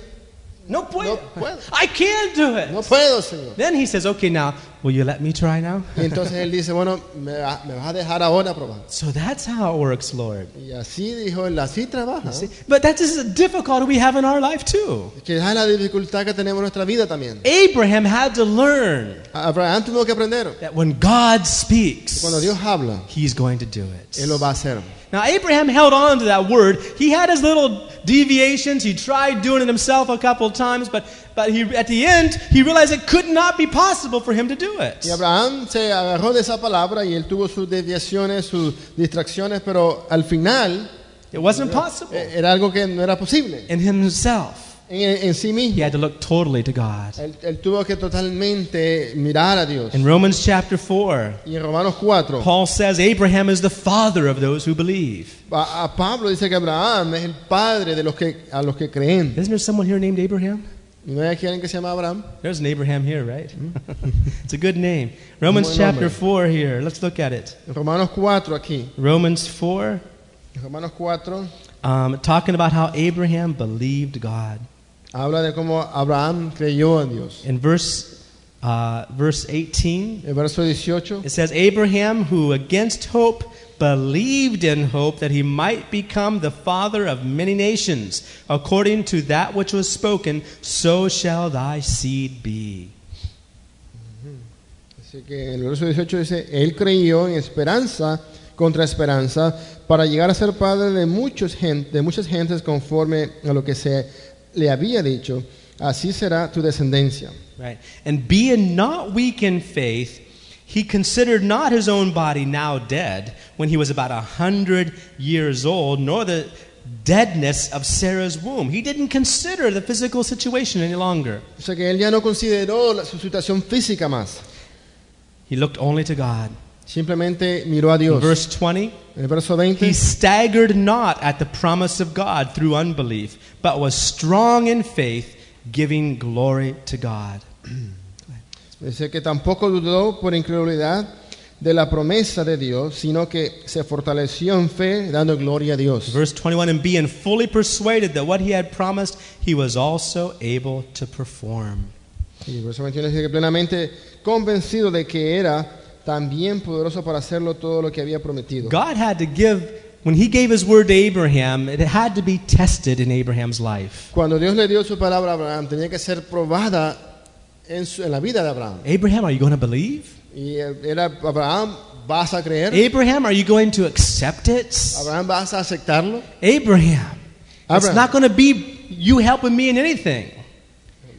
S1: No puedo.
S2: No puedo.
S1: I can't do it.
S2: No puedo, Señor.
S1: Then he says, okay, now, will you let me try now?
S2: Y entonces él dice, bueno, me, va- me vas a dejar ahora probar.
S1: So that's how it works, Lord.
S2: Y así dijo él, así trabaja.
S1: See? But that is a difficulty we have in our life too.
S2: Que es la dificultad que tenemos en nuestra vida también.
S1: Abraham had to learn
S2: Abraham tuvo que aprender.
S1: that when God speaks,
S2: Cuando Dios habla,
S1: he's going to do
S2: Él lo
S1: it.
S2: va a hacer.
S1: Now, Abraham held on to that word. He had his little deviations. He tried doing it himself a couple of times, but, but he, at the end, he realized it could not be possible for him to do it.
S2: Y Abraham se agarró de esa palabra y él tuvo sus desviaciones, sus distracciones, pero al final
S1: It wasn't
S2: eh,
S1: possible
S2: era algo que no era posible
S1: in himself.
S2: en, en sí
S1: He
S2: mismo.
S1: had to look totally to God.
S2: Él, él tuvo que totalmente mirar a Dios.
S1: In Romans chapter 4,
S2: Y en Romanos 4,
S1: Paul says Abraham is the father of those who believe.
S2: a, a Pablo dice que Abraham es el padre de los que, a los que creen.
S1: Isn't there someone here named Abraham?
S2: ¿Y no hay aquí alguien que se llama Abraham?
S1: There's an Abraham here, right? it's a good name. Romans
S2: Buen
S1: chapter
S2: nombre.
S1: 4 here. Let's look at it.
S2: En Romanos 4 aquí.
S1: Romans 4,
S2: En Romanos 4
S1: um, talking about how Abraham believed God.
S2: habla de cómo Abraham creyó en Dios.
S1: In verse, uh, verse 18,
S2: El verso 18
S1: it says, Abraham, who against hope believed in hope that he might become the father of many nations, according to that which was spoken, so shall thy seed be.
S2: Así que el verso 18 dice, Él creyó en esperanza contra esperanza para llegar a ser padre de, muchos gen- de muchas gentes conforme a lo que se le había dicho. Así será tu descendencia.
S1: Right. And being not weak in faith, he considered not his own body now dead when he was about a hundred years old, nor the deadness of Sarah's womb. He didn't consider the physical situation any longer.
S2: O sea que Él ya no consideró la- su situación física más.
S1: He looked only to God.
S2: Simplemente miró a
S1: In
S2: Dios.
S1: verse 20,
S2: En el verso 20,
S1: he staggered not at the promise of God through unbelief, but was strong in faith, giving glory to God.
S2: dice que tampoco dudó por incredulidad de la promesa de Dios, sino que se fortaleció en fe dando gloria a Dios.
S1: Verse 21 And being fully persuaded that what he had promised, he was also able to perform.
S2: Y el verso 21 dice que plenamente convencido de que era también poderoso para hacerlo todo lo que había prometido.
S1: God had to give, when he gave his word to Abraham, it had to be tested in Abraham's life.
S2: Cuando Dios le dio su palabra a Abraham, tenía que ser probada en, su- en la vida de Abraham.
S1: Abraham, are you going to believe?
S2: Y él- era Abraham, ¿vas a creer?
S1: Abraham, are you going to accept it?
S2: Abraham, ¿vas a aceptarlo?
S1: Abraham, it's
S2: Abraham.
S1: not going to be you helping me in anything.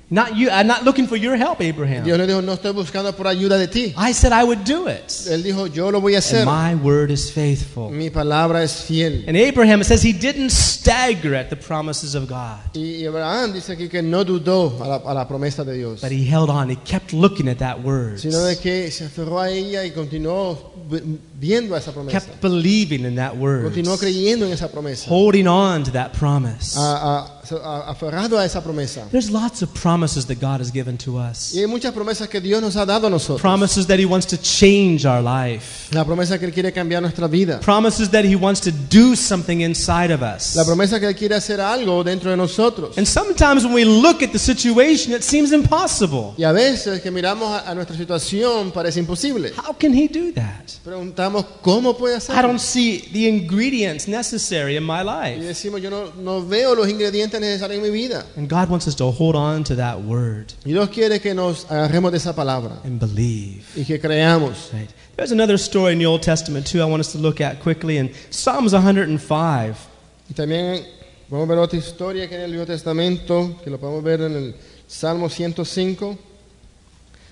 S1: Not you. I'm not looking for your help,
S2: Dios
S1: Abraham.
S2: le dijo, no estoy buscando por ayuda de ti.
S1: I said I would do it.
S2: Él dijo, yo lo voy a
S1: And
S2: hacer.
S1: my word is faithful.
S2: Mi palabra es fiel.
S1: And Abraham, it says he didn't stagger at the promises of God,
S2: Y y Abraham dice aquí que no dudó a la, a la promesa de Dios,
S1: but he held on. He kept looking at that word,
S2: sino de que se aferró a ella y continuó vi- viendo a esa promesa.
S1: kept believing in that word,
S2: Continuó creyendo Ah. en esa promesa.
S1: holding on to that promise.
S2: A- a- a- aferrado a esa promesa.
S1: There's lots of promises that God has given to us.
S2: Y hay muchas promesas que Dios nos ha dado a nosotros.
S1: Promises that he wants to change our life.
S2: La promesa que Él quiere cambiar nuestra vida.
S1: Promises that he wants to do something inside of us.
S2: La promesa que Él quiere hacer algo dentro de nosotros.
S1: And sometimes when we look at the situation, it seems impossible.
S2: Y a veces que miramos a, a nuestra situación parece imposible.
S1: How can he do that?
S2: Preguntamos, ¿cómo puede
S1: I
S2: hacerlo?
S1: don't see the ingredients necessary in my
S2: Y
S1: life.
S2: decimos, yo no, no veo los ingredientes necesarios en mi vida.
S1: And God wants us to hold on to that word
S2: Y Dios quiere que nos agarremos de esa palabra
S1: and believe.
S2: y que creamos.
S1: Right. There's another story in the Old Testament, too, I want us to look at quickly in Psalms 105.
S2: Y también vamos a ver otra historia que en el Viejo Testamento, que lo podemos ver en el Salmo 105.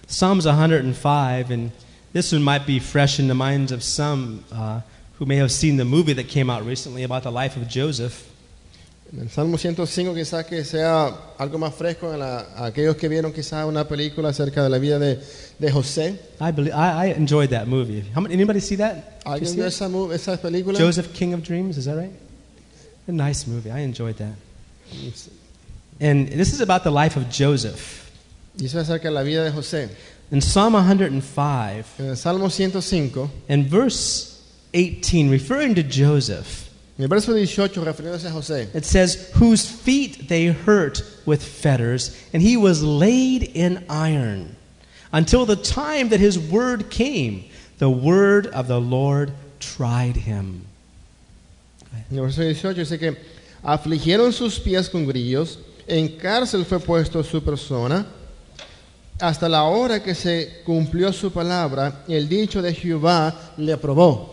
S1: Psalms 105, and this one might be fresh in the minds of some uh, who may have seen the movie that came out recently about the life of Joseph.
S2: En el Salmo 105 quizás que sea algo más fresco a, la- a aquellos que vieron quizás una película acerca de la vida de, de José.
S1: I, believe, I, I enjoyed that movie. How many, anybody see that? Did you
S2: ¿Alguien
S1: see
S2: vio
S1: it?
S2: esa, mu- esa película?
S1: Joseph, King of Dreams, is that right? A nice movie. I enjoyed that. And this is about the life of Joseph.
S2: Y eso es acerca de la vida de José.
S1: In Psalm 105,
S2: En el Salmo 105,
S1: in verse 18, referring to Joseph,
S2: En el verso 18, refiriéndose a José,
S1: It says, Whose feet they hurt with fetters, and he was laid in iron, until the time that his word came. The word of the Lord tried him.
S2: en el verso 18 dice que afligieron sus pies con grillos, en cárcel fue puesto su persona, hasta la hora que se cumplió su palabra, el dicho de Jehová le probó.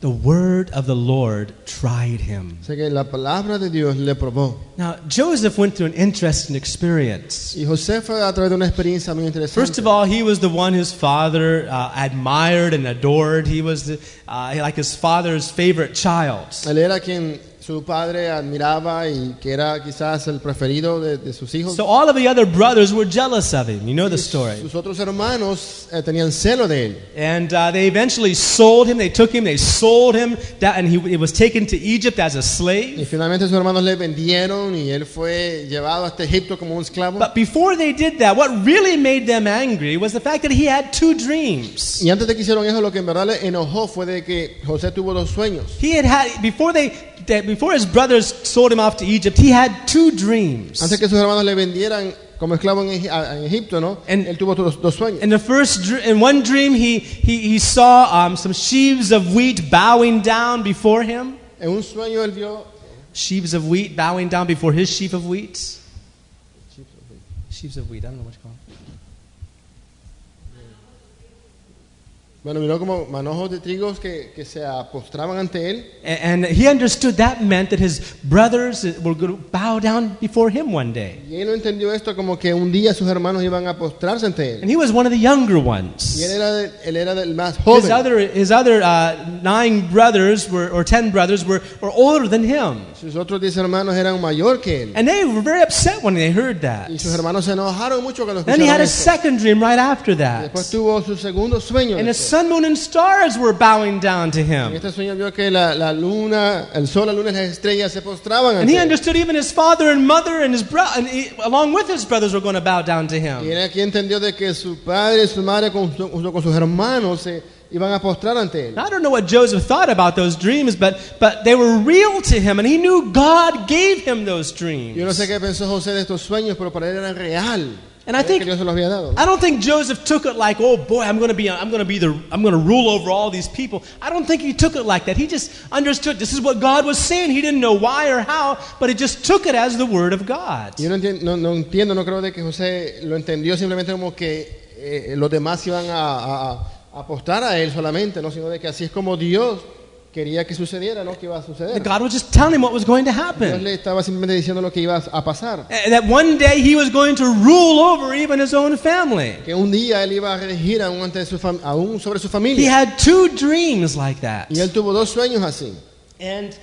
S1: The word of the Lord tried him.
S2: O sea que la palabra de Dios le probó.
S1: Now, Joseph went through an interesting experience.
S2: Y José fue a través de una experiencia muy
S1: First
S2: interesante.
S1: of all, he was the one his father uh, admired and adored. He was the, uh, like his father's favorite child.
S2: Él era quien su padre admiraba y que era quizás el preferido de, de sus hijos.
S1: So all of the other brothers were jealous of him. You know the story.
S2: Sus otros hermanos eh, tenían celo de él.
S1: And uh, they eventually sold him. They took him. They sold him. That, and he, he was taken to Egypt as a
S2: Y
S1: slave.
S2: finalmente sus hermanos le vendieron y él fue llevado hasta Egipto como un esclavo.
S1: But before they did that, what really made them angry was the fact that he had two dreams.
S2: Y antes de que hicieron eso, lo que en verdad le enojó fue de que José tuvo dos sueños.
S1: He had had before they that before his brothers sold him off to Egypt. He had two dreams.
S2: Antes que sus hermanos le vendieran como esclavo en, Egi- a- en Egipto, ¿no?
S1: En-
S2: él tuvo dos, dos sueños.
S1: In the first, dr- in one dream, he, he, he saw um, some sheaves of wheat bowing down before him.
S2: En un sueño él vio
S1: Sheaves of wheat bowing down before his sheaf of wheat. Sheaves of wheat. I don't know what you call it.
S2: Bueno, miró como manojos de trigos que, que se apostraban ante él.
S1: A- And he understood that meant that his brothers uh, were going to bow down before him one day.
S2: Y él no entendió esto como que un día sus hermanos iban a apostrarse ante él.
S1: And he was one of the younger
S2: Y él
S1: ones.
S2: era, de- él era del más
S1: His
S2: joven.
S1: other, his other uh, nine brothers were, or ten brothers were, were older than him.
S2: Sus otros diez hermanos eran mayor que él.
S1: And they were very upset when they heard
S2: Y sus
S1: that.
S2: hermanos se enojaron mucho cuando
S1: Then he had
S2: escucharon
S1: a
S2: esto.
S1: second dream right after that.
S2: Después tuvo su segundo sueño.
S1: And the
S2: después.
S1: sun, moon, and stars were bowing down to
S2: En
S1: him.
S2: este sueño vio que la, la luna, el sol, la luna y las estrellas se postraban
S1: And he
S2: ante él.
S1: understood even his father and mother and his bro- and he, along with his brothers were going to bow down to
S2: Y
S1: him.
S2: él aquí entendió de que su padre y su madre con su- junto con sus hermanos se iban a postrar ante él.
S1: Now, I don't know what Joseph thought about those dreams, but, but they were real to him, and he knew God gave him those dreams.
S2: Yo no sé qué pensó José de estos sueños, pero para él era real.
S1: And I
S2: Era que
S1: think-
S2: Dios se los había dado. ¿no?
S1: I don't think Joseph took it like, oh boy, I'm going to be, I'm going to be the, I'm going to rule over all these people. I don't think he took it like that. He just understood this is what God was saying. He didn't know why or how, but he just took it as the word of God.
S2: Yo no entiendo, no, no entiendo, no creo de que José lo entendió simplemente como que eh, los demás iban a, a- a apostar a él solamente, no, sino de que así es como Dios quería que sucediera, no que iba a suceder.
S1: God was just telling him what was going to happen.
S2: Dios le estaba simplemente diciendo lo que iba a pasar,
S1: And Eh, that one day he was going to rule over even his own family.
S2: que un día él iba a regir aún, ante su fam- aún sobre su
S1: He
S2: familia.
S1: had two dreams like that.
S2: Y él tuvo dos sueños así
S1: And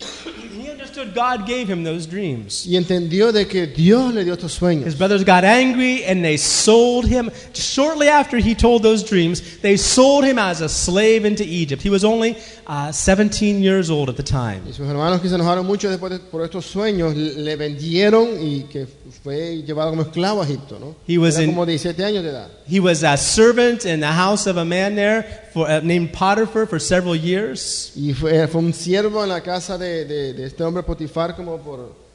S1: he understood God gave him those dreams.
S2: y entendió de que Dios le dio estos sueños.
S1: His brothers got angry and they sold him. Shortly after he told those dreams, they sold him as a slave into Egypt. He was only uh, 17 years old at the time.
S2: Y sus hermanos que se enojaron mucho después de- por estos sueños le vendieron y que fue llevado como esclavo a Egipto, ¿no?
S1: He was
S2: Era
S1: in-
S2: como 17 años de edad.
S1: He was a servant in the house of a man there for, uh, named Potiphar for several years.
S2: Y fue, fue un siervo en la casa de, de- de este hombre Potifar como por,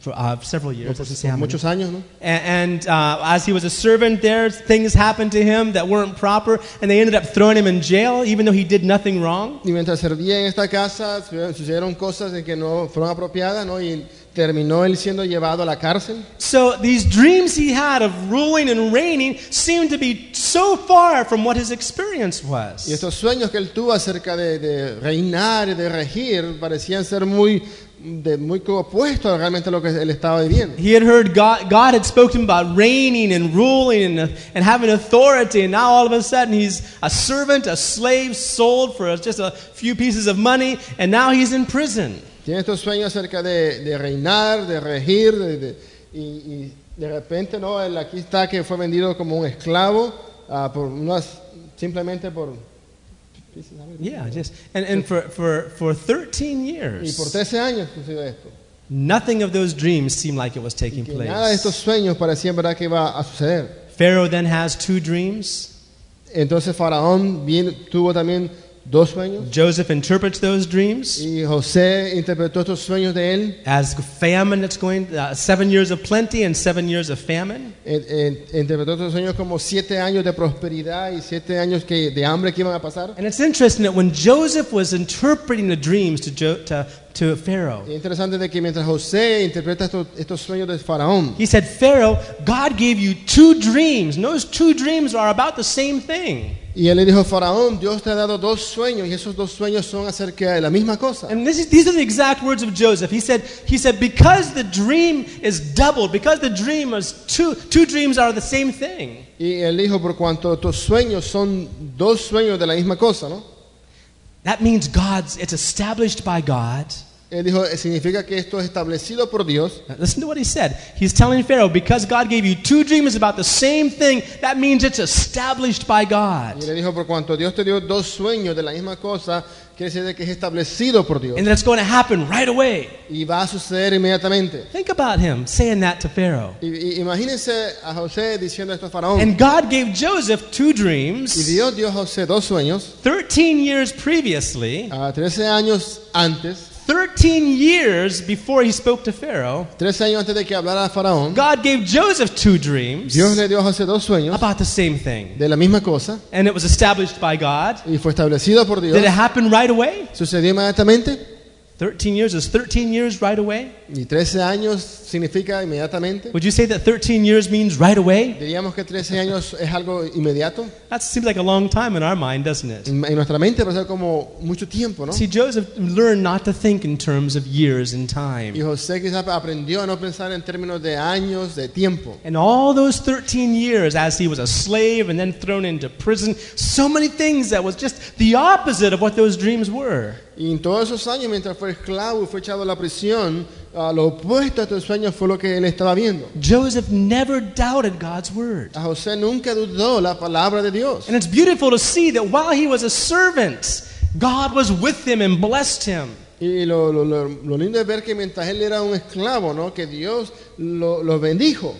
S1: For uh, several years.
S2: por
S1: let's see how many.
S2: muchos años, ¿no?
S1: A- And uh, as he was a servant there, things happened to him that weren't proper, and they ended up throwing him in jail, even though he did nothing wrong.
S2: Y mientras servía en esta casa su- sucedieron cosas de que no fueron apropiadas, ¿no? Y terminó él siendo llevado a la cárcel.
S1: So these dreams he had of ruling and reigning seemed to be so far from what his experience
S2: Y
S1: was.
S2: estos sueños que él tuvo acerca de, de reinar y de regir parecían ser muy, de, muy opuestos a realmente lo que él estaba viviendo.
S1: He had heard God, God had spoken to him about reigning and ruling and, and having authority, and now all of a sudden he's a servant, a slave, sold for just a few pieces of money, and now he's in prison.
S2: Tiene estos sueños acerca de, de reinar, de regir, de- de- y, y de repente, ¿no? Él aquí está que fue vendido como un esclavo, ah, por unas, simplemente por...
S1: Yeah, just and, and for, for, for 13
S2: Y
S1: years.
S2: por 13 años sucedió esto.
S1: Nothing of those dreams seemed like it was taking
S2: Que nada de estos
S1: place.
S2: sueños parecía en verdad que iba a suceder.
S1: Pharaoh then has two dreams.
S2: Entonces Faraón bien- tuvo también dos sueños.
S1: Joseph interprets those dreams
S2: Y José interpretó estos sueños de él
S1: as famine that's going, uh, seven years of plenty and seven years of famine.
S2: en- en- eh, interpretó estos sueños como siete años de prosperidad y siete años que, de hambre que iban a pasar.
S1: And it's interesting that when Joseph was interpreting the dreams to, jo- to, to Pharaoh,
S2: Es interesante de que mientras José interpreta estos, estos sueños del faraón,
S1: he said, Pharaoh, God gave you two dreams, and those two dreams are about the same thing.
S2: y él le dijo, faraón, Dios te ha dado dos sueños y esos dos sueños son acerca de la misma cosa.
S1: And this is, these are the exact words of Joseph. He said, he said, because the dream is doubled, because the dream is two, two dreams are the same thing.
S2: Y él dijo, por cuanto tus sueños son dos sueños de la misma cosa, ¿no?
S1: That means God's, it's established by God.
S2: Él dijo, "Eh, significa que esto es establecido por Dios.
S1: Now, listen to what he said. He's telling Pharaoh, because God gave you two dreams about the same thing, that means it's established by God.
S2: Y le dijo, por cuanto Dios te dio dos sueños de la misma cosa, quiere decir de que es establecido por Dios.
S1: And that's going to happen right away.
S2: Y va a suceder inmediatamente.
S1: Think about him saying that to Pharaoh.
S2: Y, y imagínense a José diciendo esto a Faraón.
S1: And God gave Joseph two
S2: Y
S1: dreams
S2: Dios dio a José dos sueños,
S1: 13 years previously,
S2: a 13 años antes,
S1: 13 years before he spoke to Pharaoh.
S2: 13 años antes de que hablara a Faraón.
S1: God gave Joseph two dreams
S2: Dios le dio a José dos sueños
S1: about the same thing.
S2: de la misma cosa
S1: And it was established by God.
S2: y fue establecido por Dios.
S1: Did it happen right away?
S2: Sucedió inmediatamente.
S1: 13 years is 13 years right away?
S2: Y 13 años significa inmediatamente.
S1: Would you say that 13 years means right away?
S2: Diríamos que 13 años es algo inmediato.
S1: That seems like a long time in our mind, doesn't it?
S2: En en nuestra mente pasa como mucho tiempo, ¿no?
S1: See, Joseph learned not to think in terms of years and
S2: Y
S1: time.
S2: José quizás aprendió a no pensar en términos de años, de tiempo.
S1: And all those 13 years as he was a slave and then thrown into prison, so many things that was just the opposite of what those dreams were.
S2: Y en todos esos años, mientras fue esclavo y fue echado a la prisión, a lo opuesto a estos sueños fue lo que él estaba viendo.
S1: Joseph never doubted God's word.
S2: A José nunca dudó la palabra de Dios.
S1: And it's beautiful to see that while he was a servant, God was with him and blessed him.
S2: Y lo, lo- lo- lo lindo es ver que mientras él era un esclavo, ¿no? Que Dios lo, lo bendijo.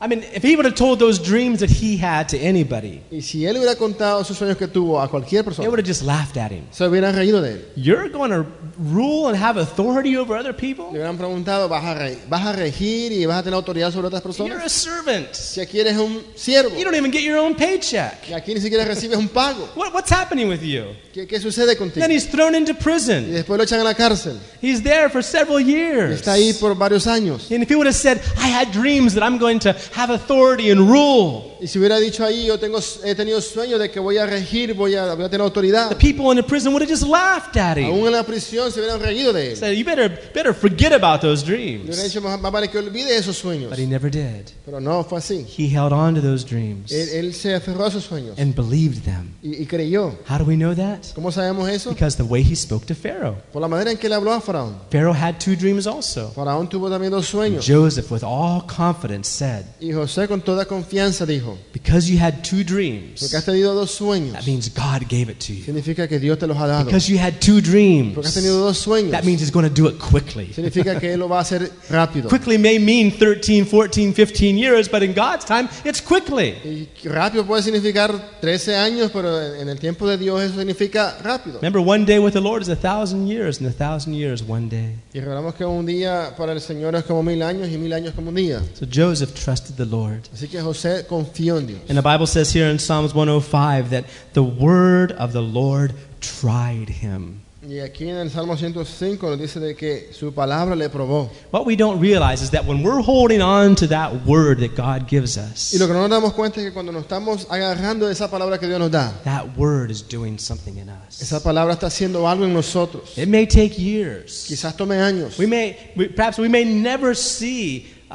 S1: I mean, if he would have told those dreams that he had to anybody,
S2: Y si él hubiera contado esos sueños que tuvo a cualquier
S1: they
S2: persona,
S1: would have just laughed at him.
S2: se hubieran reído de él.
S1: You're going to rule and have authority over other
S2: Le
S1: people?
S2: hubieran preguntado, ¿vas a, re- vas a regir y vas a tener autoridad sobre otras
S1: You're
S2: personas?
S1: a servant.
S2: Si aquí eres un siervo
S1: You don't even get your own paycheck.
S2: y aquí ni siquiera recibes un pago,
S1: What, what's happening with you?
S2: ¿qué, qué sucede contigo?
S1: Then he's thrown into
S2: Y
S1: prison.
S2: después lo echan a la cárcel.
S1: He's there for several
S2: Y
S1: years.
S2: Está ahí por varios años.
S1: And if he would have said, I had dreams that I'm going to have authority and rule,
S2: Y si hubiera dicho ahí, yo tengo, he tenido sueños de que voy a regir, voy a, voy a tener autoridad.
S1: the people in the prison would have just laughed at him.
S2: Aún en la prisión se hubieran reído de él.
S1: So you better better forget about those
S2: Le hubieran
S1: dreams.
S2: dicho, más más vale que olvide esos sueños.
S1: But he never did.
S2: Pero no fue así.
S1: He held on to those dreams
S2: Él, él se aferró a sus sueños
S1: and believed them.
S2: y, y creyó.
S1: How do we know that?
S2: ¿Cómo sabemos eso?
S1: Because the way he spoke to Pharaoh.
S2: Por la manera en que le habló a Faraón.
S1: Pharaoh had two dreams also.
S2: Faraón tuvo también dos sueños.
S1: Joseph, with all confidence, said,
S2: Y José con toda confianza dijo,
S1: Because you had two
S2: porque has
S1: dreams,
S2: tenido dos sueños,
S1: that means God gave it to you.
S2: significa que Dios te los ha dado.
S1: Because you had two dreams,
S2: Porque has tenido dos sueños,
S1: that means he's going to do it quickly.
S2: significa que Él lo va a hacer rápido.
S1: Quickly may mean 13, 14, 15 years, but in God's time, it's quickly.
S2: Y rápido puede significar 13 años, pero en en el tiempo de Dios eso significa rápido.
S1: Remember, one day with the Lord is a thousand years, and a thousand years one day.
S2: Y recordamos que un día para el Señor es como mil años y mil años como un día.
S1: So Joseph trusted the Lord.
S2: Así que José confió en Dios.
S1: And the Bible says here in Psalms 105 that the word of the Lord tried him.
S2: Y aquí en el Salmo 105 nos dice de que su palabra le probó.
S1: What we don't realize is that when we're holding on to that word that God gives us,
S2: Y lo que no nos damos cuenta es que cuando nos estamos agarrando de esa palabra que Dios nos da,
S1: that word is doing something in us.
S2: esa palabra está haciendo algo en nosotros.
S1: It may take years.
S2: Quizás tome años.
S1: We may, we, perhaps we may never see uh, uh,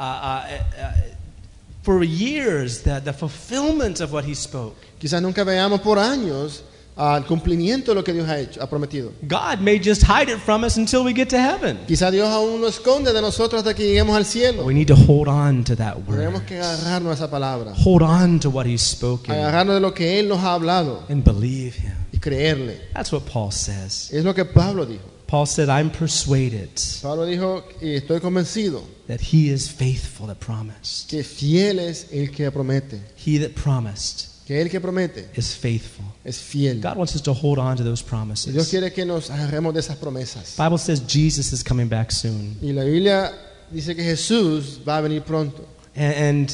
S1: uh, for years the, the fulfillment of what he spoke.
S2: Quizás nunca veamos por años al cumplimiento de lo que Dios ha hecho, ha prometido.
S1: God may just hide it from us until we get to heaven.
S2: Quizás Dios aún lo esconde de nosotros hasta que lleguemos al
S1: But
S2: cielo.
S1: we need to hold on to that
S2: Tenemos
S1: word.
S2: que agarrarnos a esa palabra,
S1: Hold on to what he's spoken
S2: agarrarnos de lo que Él nos ha hablado
S1: and believe him.
S2: y creerle.
S1: That's what Paul says.
S2: Es lo que Pablo dijo.
S1: Paul said, I'm persuaded
S2: Pablo dijo, y estoy convencido,
S1: that he is faithful that promised.
S2: que fiel es el que promete.
S1: He that promised
S2: que Él que promete
S1: is faithful.
S2: es fiel.
S1: God wants us to hold on to those
S2: Dios
S1: promises.
S2: quiere que nos agarremos de esas promesas.
S1: Bible says Jesus is coming back soon.
S2: Y la Biblia dice que Jesús va a venir pronto.
S1: And, and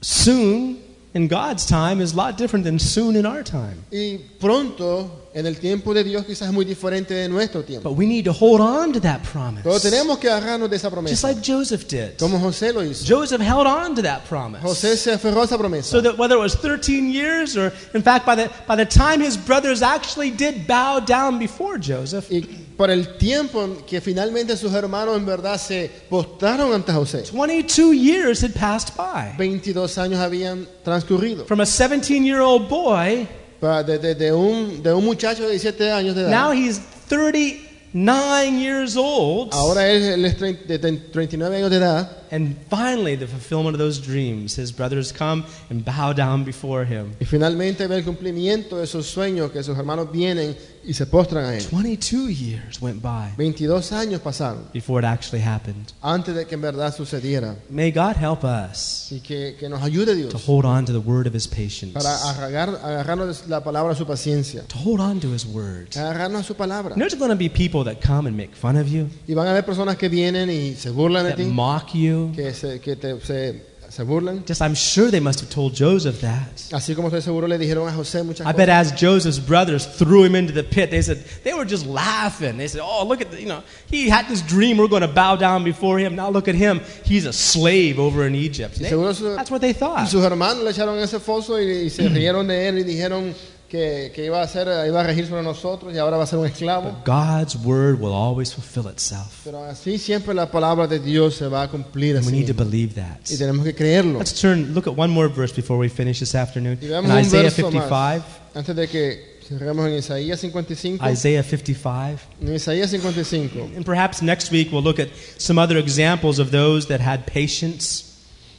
S1: soon in God's time is a lot different than soon in our time.
S2: Y pronto, en el tiempo de Dios, quizás es muy diferente de nuestro tiempo.
S1: But we need to hold on to that
S2: Pero
S1: promise.
S2: tenemos que agarrarnos de esa
S1: Just
S2: promesa.
S1: like Joseph did.
S2: Como José lo hizo.
S1: Joseph held on to that promise.
S2: José se aferró a esa promesa.
S1: So that whether it was 13 years or, in fact, by the, by the time his brothers actually did bow down before Joseph,
S2: Y por el tiempo que finalmente sus hermanos en verdad se postraron ante José.
S1: 22 years had passed by.
S2: 22 años habían transcurrido.
S1: From a 17 year old boy,
S2: Pa- De, de- de un, de un muchacho de 17 años de
S1: now
S2: edad.
S1: he's 39 years old.
S2: Ahora él, él es trein- de trein- 39 años de edad.
S1: And finally, the fulfillment of those dreams. His brothers come and bow down before him.
S2: Y finalmente ve el cumplimiento de sus sueños que sus hermanos vienen y se postran a él.
S1: 22 years went by
S2: 22 años pasaron
S1: before it actually happened.
S2: antes de que en verdad sucediera.
S1: May God help us
S2: Y que, que nos ayude Dios
S1: to hold on to the word of his patience,
S2: para
S1: to
S2: agarrar, agarrarnos la palabra a su paciencia.
S1: hold on to his word.
S2: Agarrarnos a su
S1: You
S2: palabra.
S1: know, there's going to be people that come and make fun of you,
S2: Y van a haber personas que vienen y se burlan de
S1: that
S2: ti,
S1: mock you.
S2: que, se, que te- se, se burlan.
S1: Just, I'm sure they must have told Joseph that.
S2: Así como estoy seguro le dijeron a José muchas
S1: I bet
S2: cosas.
S1: as Joseph's brothers threw him into the pit, they said they were just laughing. They said, "Oh, look at the, you know, he had this dream. We're going to bow down before him. Now look at him. He's a slave over in Egypt." They-
S2: Seguro su-
S1: that's what they
S2: y
S1: thought.
S2: sus hermanos le echaron en ese foso y, y se rieron de él y dijeron que, que iba, a ser, iba a regir sobre nosotros y ahora va a ser un esclavo.
S1: But God's word will always fulfill itself.
S2: Pero así siempre la palabra de Dios se va a cumplir.
S1: And we
S2: así
S1: need to
S2: mismo.
S1: believe that.
S2: Y tenemos que creerlo.
S1: Let's turn. Look at one more verse before we finish this afternoon.
S2: Y
S1: In
S2: veamos un
S1: Isaiah
S2: verso más.
S1: 55.
S2: Antes de que cerremos en Isaías 55.
S1: Isaiah 55.
S2: En Isaías 55.
S1: And perhaps next week we'll look at some other examples of those that had patience.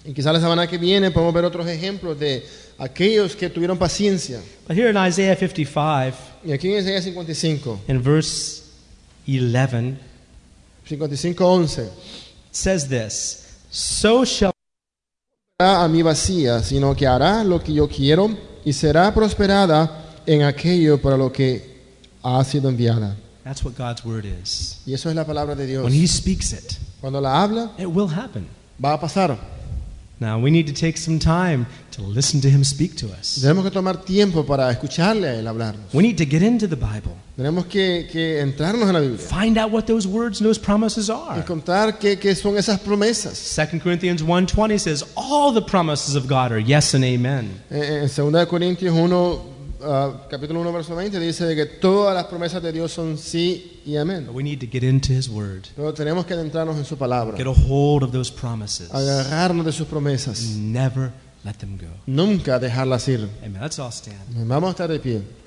S2: Y quizás la semana que viene podemos ver otros ejemplos de aquellos que tuvieron paciencia.
S1: But here in Isaiah 55,
S2: Y aquí en Isaías 55,
S1: in verse 11,
S2: 55, 11.
S1: says this So shall
S2: a mí vacía, sino que hará lo que yo quiero y será prosperada en aquello para lo que ha sido enviada.
S1: that's what God's word is.
S2: Y eso es la palabra de Dios.
S1: When He speaks it,
S2: Cuando la habla,
S1: it will happen.
S2: va a pasar.
S1: Now we need to take some time to listen to Him speak to us.
S2: Tenemos que tomar tiempo para escucharle a él hablarnos.
S1: We need to get into the Bible,
S2: Tenemos que, que entrarnos en la Biblia.
S1: find out what those words and those promises
S2: Y
S1: are.
S2: contar qué, qué son esas promesas.
S1: 2 Corinthians 1:20 says all the promises of God are yes and amen.
S2: Eh, En 2 de Corintios 1, ah, capítulo 1, verso 20, dice de que todas las promesas de Dios son sí y amén.
S1: But we need to get into his word.
S2: Pero tenemos que adentrarnos en su
S1: Get
S2: palabra,
S1: a hold of those promises.
S2: agarrarnos de sus promesas,
S1: Never let them go.
S2: nunca dejarlas ir.
S1: Amen. Let's all stand.
S2: Vamos a estar de pie.